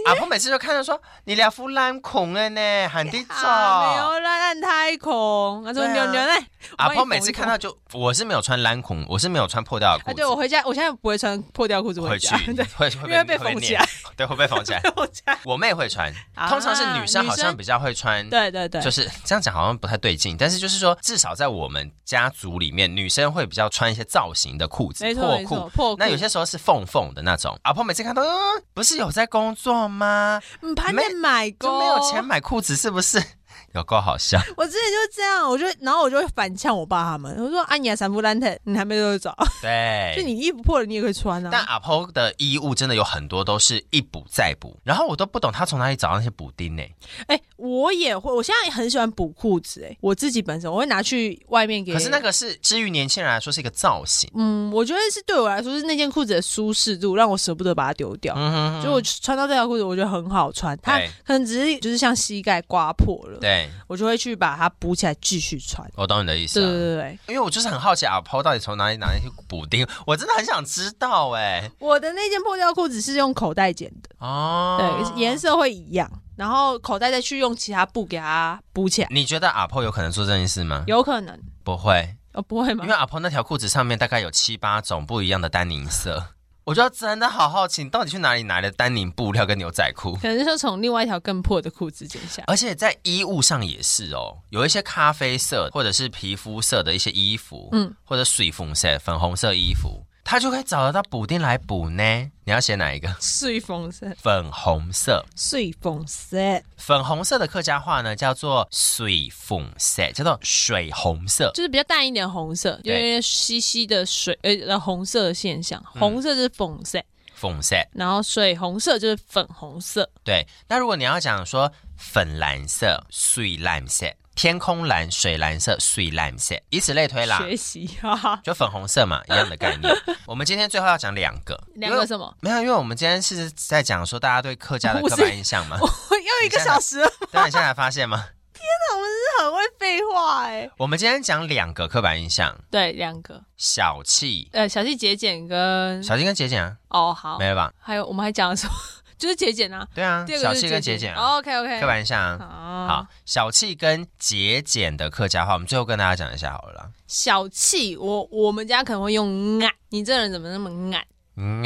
Speaker 1: 阿婆每次就看着说你俩副烂孔了呢，喊地走。
Speaker 2: 啊没有啦，烂太空，那说
Speaker 1: 对啊
Speaker 2: 牛哎牛嘞。
Speaker 1: 阿
Speaker 2: 我帮
Speaker 1: 婆
Speaker 2: 你
Speaker 1: 每
Speaker 2: 缝
Speaker 1: 次
Speaker 2: 一
Speaker 1: 看
Speaker 2: 缝
Speaker 1: 到就，我是没有穿蓝孔，我是没有穿破掉的裤
Speaker 2: 啊，
Speaker 1: 子。
Speaker 2: 对我回家，我现在不会穿破掉裤子
Speaker 1: 回去
Speaker 2: 家，对，
Speaker 1: 会会
Speaker 2: 因为被缝起来，。
Speaker 1: 念对，会被缝起来
Speaker 2: 我家。
Speaker 1: 我妹会穿，
Speaker 2: 啊
Speaker 1: 通常是女生好像比较会穿。
Speaker 2: 对对对，
Speaker 1: 嗯就是这样讲好像不太对劲，但是就是说，至少在我们家族里面，女生会比较穿一些造型的裤子
Speaker 2: 没，错
Speaker 1: 破
Speaker 2: 没错
Speaker 1: 裤。
Speaker 2: 破裤。
Speaker 1: 那有些时候是缝缝的那种。阿婆每次看到，嗯，不是有在工作吗？
Speaker 2: 嗯，潘
Speaker 1: 没
Speaker 2: 店买过，
Speaker 1: 就没有钱。买裤子，是不是？ 有够好笑。
Speaker 2: 我之前就是这样，我就然后我就会反呛我爸他们，我说：“啊，你还散步烂腿，你还没得找，
Speaker 1: 对，
Speaker 2: 就你衣服破了你也可以穿
Speaker 1: 哎但
Speaker 2: 啊。
Speaker 1: 阿婆的衣物真的有很多都是一补再补，然后我都不懂她从哪里找那些补丁呢、”
Speaker 2: 哎，我也会，我现在也很喜欢补裤子，哎，我自己本身我会拿去外面给。
Speaker 1: 可是那个是，至于年轻人来说是一个造型，
Speaker 2: 嗯，我觉得是对我来说是那件裤子的舒适度让我舍不得把它丢掉。
Speaker 1: 嗯哼
Speaker 2: 就我穿到这条裤子，我觉得很好穿，它
Speaker 1: 对
Speaker 2: 可能只是就是像膝盖刮破了，
Speaker 1: 对，
Speaker 2: 我就会去把它补起来继续穿。
Speaker 1: 我懂你的意思、
Speaker 2: 对对
Speaker 1: 啊。
Speaker 2: 对对，
Speaker 1: 因为我就是很好奇阿婆到底从哪里拿那些补丁， 我真的很想知道哎、
Speaker 2: 我的那件破掉裤子是用口袋剪的，
Speaker 1: 哦，
Speaker 2: 对，颜色会一样，然后口袋再去用其他布给它补起来，
Speaker 1: 你觉得阿婆有可能做这件事吗？
Speaker 2: 有可能
Speaker 1: 不会，
Speaker 2: 哦，不会吗
Speaker 1: 因为？阿婆那条裤子上面大概有七八种不一样的丹宁色，我就真的好好奇，你到底去哪里拿的丹宁布料跟牛仔裤？
Speaker 2: 可能是从另外一条更破的裤子剪下来。
Speaker 1: 而且在衣物上也是哦，有一些咖啡色或者是皮肤色的一些衣服，
Speaker 2: 嗯
Speaker 1: 嗯，或者水红色、粉红色衣服，它就可以找得到补丁来补呢。你要写哪一个？
Speaker 2: 碎风色，
Speaker 1: 粉红色，
Speaker 2: 碎风色，
Speaker 1: 粉红色的客家话呢叫做水红色，叫做水红色。
Speaker 2: 就是比较淡一点红色，有
Speaker 1: 对
Speaker 2: 点稀稀的水呃呃红色的现象，红色就是粉色，
Speaker 1: 粉色
Speaker 2: 然后水红色就是粉红色，
Speaker 1: 对，那如果你要讲说粉蓝色、水蓝色、天空蓝、水蓝色、水蓝色，以此类推啦，
Speaker 2: 学习啊哈 哈。
Speaker 1: 就粉红色嘛，一样的概 念。我们今天最后要讲两个，
Speaker 2: 两
Speaker 1: 因
Speaker 2: 个
Speaker 1: 为
Speaker 2: 什么？
Speaker 1: 没有，因为我们今天是在讲说大家对客家的
Speaker 2: 不
Speaker 1: 刻
Speaker 2: 是
Speaker 1: 板印象嘛
Speaker 2: 我，又一个小时了，
Speaker 1: 但你现在才发现吗？
Speaker 2: 真的很会废话哎、
Speaker 1: 我们今天讲两个刻板印象，
Speaker 2: 对，两个，
Speaker 1: 小气，
Speaker 2: 呃，小气节俭跟
Speaker 1: 小气跟节俭啊，
Speaker 2: 哦嗯好，
Speaker 1: 没了吧？
Speaker 2: 还有我们还讲了什么？ 就是节俭啊，
Speaker 1: 对啊
Speaker 2: 第，二
Speaker 1: 小
Speaker 2: 个就是
Speaker 1: 气跟节俭啊，
Speaker 2: 哦 OK OK，
Speaker 1: 刻板印象啊。
Speaker 2: 好
Speaker 1: 好，，小气跟节俭的客家话，我们最后跟大家讲一下好了啦。
Speaker 2: 小气，我我们家可能会用俺，你这人怎么啊那么俺？
Speaker 1: 嗯，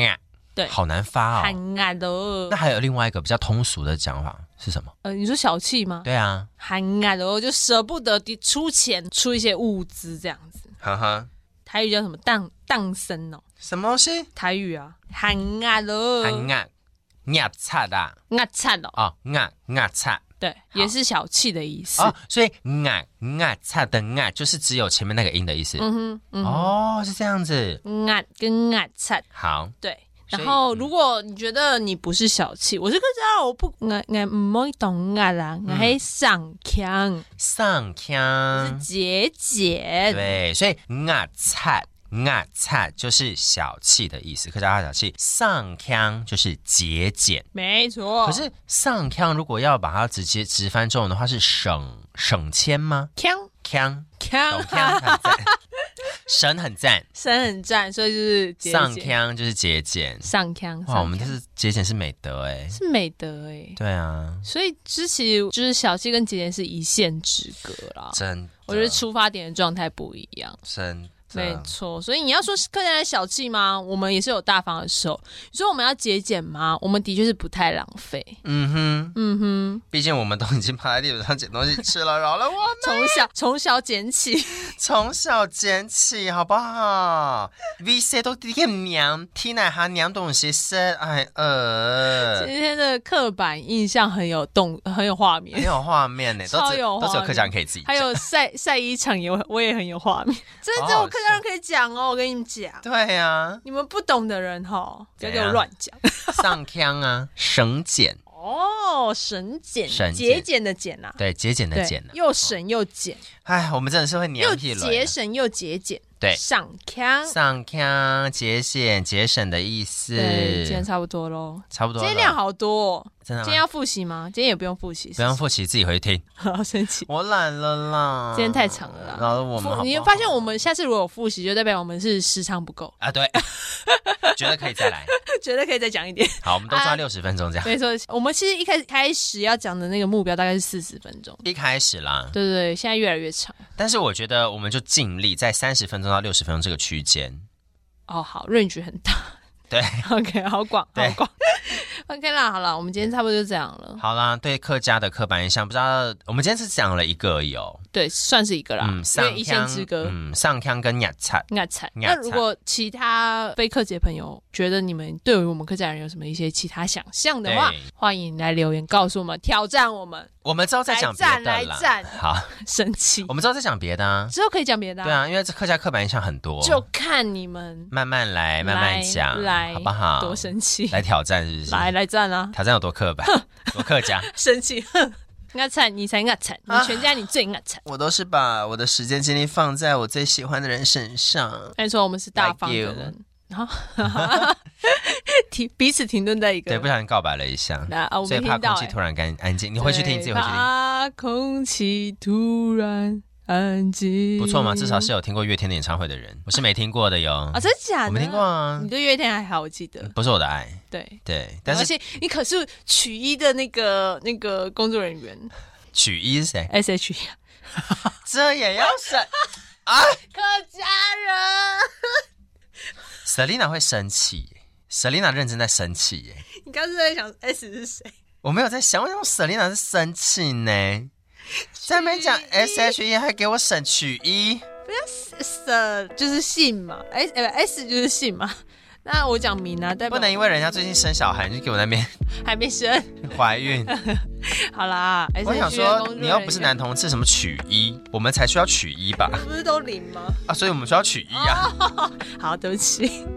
Speaker 2: 对
Speaker 1: 好难发哦。
Speaker 2: 喊俺的哦
Speaker 1: 那，还有另外一个比较通俗的讲法是什么？
Speaker 2: 呃，你说小气吗？
Speaker 1: 对啊，
Speaker 2: 喊俺的哦，就舍不得地出钱出一些物资这样子。
Speaker 1: 呵呵，
Speaker 2: 台语叫什么？当当生哦，
Speaker 1: 什么东西？
Speaker 2: 台语啊，喊俺的，
Speaker 1: 很压压差的啊
Speaker 2: 俺惨哦，
Speaker 1: 哦，压压差。
Speaker 2: 对，也是小气的意思。
Speaker 1: 哦，所以啊啊差的啊，就是只有前面那个音的意思。
Speaker 2: 嗯哼，嗯哼，
Speaker 1: 哦，是这样子。
Speaker 2: 嗯俺跟俺惨，
Speaker 1: 好，
Speaker 2: 对。
Speaker 1: 所以
Speaker 2: 然后，
Speaker 1: 嗯
Speaker 2: 如果你觉得你不是小气，我是个知道我不我我唔会懂我啦，
Speaker 1: 嗯
Speaker 2: 我还上腔，
Speaker 1: 上
Speaker 2: 是
Speaker 1: 腔，
Speaker 2: 节俭。
Speaker 1: 嗯对，所以啊菜啊菜就是小气的意思，客家话小气。上腔就是节俭，
Speaker 2: 没错。
Speaker 1: 可是上腔如果要把它直接直翻中文的话，是省省钱吗？
Speaker 2: 腔
Speaker 1: 腔，
Speaker 2: 腔
Speaker 1: 懂腔很赞，省很赞，
Speaker 2: 神很赞，所以就是 节俭
Speaker 1: 上腔就是节俭。
Speaker 2: 上腔。上
Speaker 1: 哇，我们这
Speaker 2: 腔
Speaker 1: 是节俭是美德哎，
Speaker 2: 是美德哎，
Speaker 1: 对啊，
Speaker 2: 所以之其实就是小气跟节俭是一线之隔啦。
Speaker 1: 真的，
Speaker 2: 哦我觉得出发点的状态不一样。
Speaker 1: 真
Speaker 2: 没
Speaker 1: 的，
Speaker 2: 错，所以你要说客家人小气吗？我们也是有大方的时候。你说我们要节俭吗？我们的确是不太浪费。
Speaker 1: 嗯哼。
Speaker 2: 嗯哼，
Speaker 1: 毕竟我们都已经趴在地板上捡东西吃了，饶了 我们，
Speaker 2: 从小从小捡起，
Speaker 1: 从小捡起好不好？VC 都点娘，听奶哈娘懂些些，哎呃
Speaker 2: 今，天的刻板印象很有动，很有画
Speaker 1: 很
Speaker 2: 面。
Speaker 1: 有画面呢，都
Speaker 2: 超
Speaker 1: 只
Speaker 2: 有
Speaker 1: 都只有
Speaker 2: 画
Speaker 1: 客家人可以自己讲，
Speaker 2: 还有晒晒衣场也我也很有画面，这只有客家人可以讲哦。我跟你们讲，
Speaker 1: 对啊呀、
Speaker 2: 你们不懂的人哈，不要给
Speaker 1: 怎
Speaker 2: 我
Speaker 1: 样
Speaker 2: 乱讲
Speaker 1: 上腔啊，省俭，
Speaker 2: 哦。省俭
Speaker 1: 省，俭
Speaker 2: 节俭的俭呐，
Speaker 1: 对，节俭的
Speaker 2: 对
Speaker 1: 俭，呢、啊
Speaker 2: 又省又俭，
Speaker 1: 哎，我们真的是会
Speaker 2: 又
Speaker 1: 娘屁了。
Speaker 2: 节省又节俭，
Speaker 1: 对
Speaker 2: 上腔。
Speaker 1: 上腔节俭节省的意思，
Speaker 2: 对，今天差不多喽。
Speaker 1: 差不多
Speaker 2: 今
Speaker 1: 了。
Speaker 2: 天量好多、哦，
Speaker 1: 真的
Speaker 2: 今天
Speaker 1: 吗？
Speaker 2: 要复习吗？今天也不用复习，
Speaker 1: 不用复习，自己回去听。
Speaker 2: 是不是，好生气。
Speaker 1: 我懒了啦，
Speaker 2: 今天太长了啦
Speaker 1: 饶了我们好不好。
Speaker 2: 你发现我们下次如果有复习，就代表我们是时长不够，
Speaker 1: 啊，对， 觉得可以再来。
Speaker 2: 觉得可以再讲一点。
Speaker 1: 好，我们都抓
Speaker 2: 啊
Speaker 1: 六十分钟这样。
Speaker 2: 没错，我们其实一开始开始要讲的那个目标大概是四十分钟，
Speaker 1: 一开始啦，
Speaker 2: 对对对，现在越来越长。
Speaker 1: 但是我觉得我们就尽力在三十分钟到六十分钟这个区间。
Speaker 2: 哦，好，range 很大。
Speaker 1: 对
Speaker 2: ，OK，好广，好
Speaker 1: 对
Speaker 2: 广。OK 啦，好了，我们今天差不多就这样了。
Speaker 1: 好啦，对客家的刻板印象，不知道我们今天是讲了一个而已哦，嗯
Speaker 2: 对，算是一个啦，因为
Speaker 1: 上
Speaker 2: 一线
Speaker 1: 腔
Speaker 2: 之隔。
Speaker 1: 嗯，上腔跟雅菜，
Speaker 2: 那惨。
Speaker 1: 那
Speaker 2: 那
Speaker 1: 惨
Speaker 2: 如果其他非客节朋友觉得你们对于我们客家人有什么一些其他想象的话
Speaker 1: 对，
Speaker 2: 欢迎来留言告诉我们，挑战我们，
Speaker 1: 我们之后再
Speaker 2: 来
Speaker 1: 讲别
Speaker 2: 战
Speaker 1: 的
Speaker 2: 来
Speaker 1: 啦。
Speaker 2: 战，
Speaker 1: 好，
Speaker 2: 神奇
Speaker 1: 我。们之后再讲别的啊。
Speaker 2: 之后可以讲别的、
Speaker 1: 对，啊，因为这客家刻板印象很多，
Speaker 2: 就看你们
Speaker 1: 慢慢来，慢慢讲，
Speaker 2: 来
Speaker 1: 好不好？
Speaker 2: 多神奇，
Speaker 1: 啊来挑战是不是？
Speaker 2: 来来战啊，
Speaker 1: 挑战有多刻 板，多客家。
Speaker 2: 神 奇。哼那惨，你才那惨，
Speaker 1: 啊
Speaker 2: 你全家你最那惨。
Speaker 1: 我都是把我的时间精力放在我最喜欢的人身上。
Speaker 2: 按说我们是大方的
Speaker 1: Like you
Speaker 2: 人， 然后停彼此停顿在一个
Speaker 1: 对，不小心告白了一下，
Speaker 2: 那啊，我
Speaker 1: 所以
Speaker 2: 们
Speaker 1: 怕
Speaker 2: 听到、
Speaker 1: 空气
Speaker 2: 欸。
Speaker 1: 突然干安静。你回去听，
Speaker 2: 对
Speaker 1: 自己回去听，
Speaker 2: 怕空气突然安静。
Speaker 1: 不错嘛，至少是有听过乐天的演唱会的人，我是没听过的哟
Speaker 2: 嗯啊、。真的假的？嗯
Speaker 1: 我没听过。啊
Speaker 2: 你，对乐天还好，我记得。
Speaker 1: 不是我的爱，
Speaker 2: 对，
Speaker 1: 对。但
Speaker 2: 而
Speaker 1: 是
Speaker 2: 且你可是曲一的那个那个工作人员
Speaker 1: 曲一是谁？
Speaker 2: S H E
Speaker 1: 这也要审
Speaker 2: 客家人。
Speaker 1: ？Selina 会生气，Selina 认真在生气耶。
Speaker 2: 你刚是在想 S 是谁？
Speaker 1: 我没有在想，为什么 Selina 是生气呢？在那边讲 S H E 还给我审曲一，
Speaker 2: 呃，就是姓嘛，S 呃 S 就是姓嘛。那我讲名啊，代表
Speaker 1: 不能因为人家最近生小孩，你就给我那边
Speaker 2: 还没生。
Speaker 1: 怀孕。
Speaker 2: 好啦，S
Speaker 1: 我
Speaker 2: H E
Speaker 1: 想
Speaker 2: 的工
Speaker 1: 说
Speaker 2: 作，人
Speaker 1: 你又不是
Speaker 2: 员
Speaker 1: 男，同志，什么取一，我们才需要取一吧？
Speaker 2: 不是都零吗？
Speaker 1: 啊，所以我们需要取一啊，
Speaker 2: 哦好，对不起，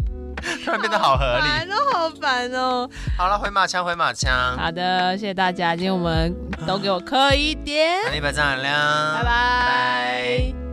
Speaker 1: 突然变得好合理。
Speaker 2: 烦哦，好烦哦。
Speaker 1: 好了，回马枪，回马枪，
Speaker 2: 好的，谢谢大家，今天我们都给我磕一点，
Speaker 1: 那你把这样亮，
Speaker 2: 拜拜。
Speaker 1: 拜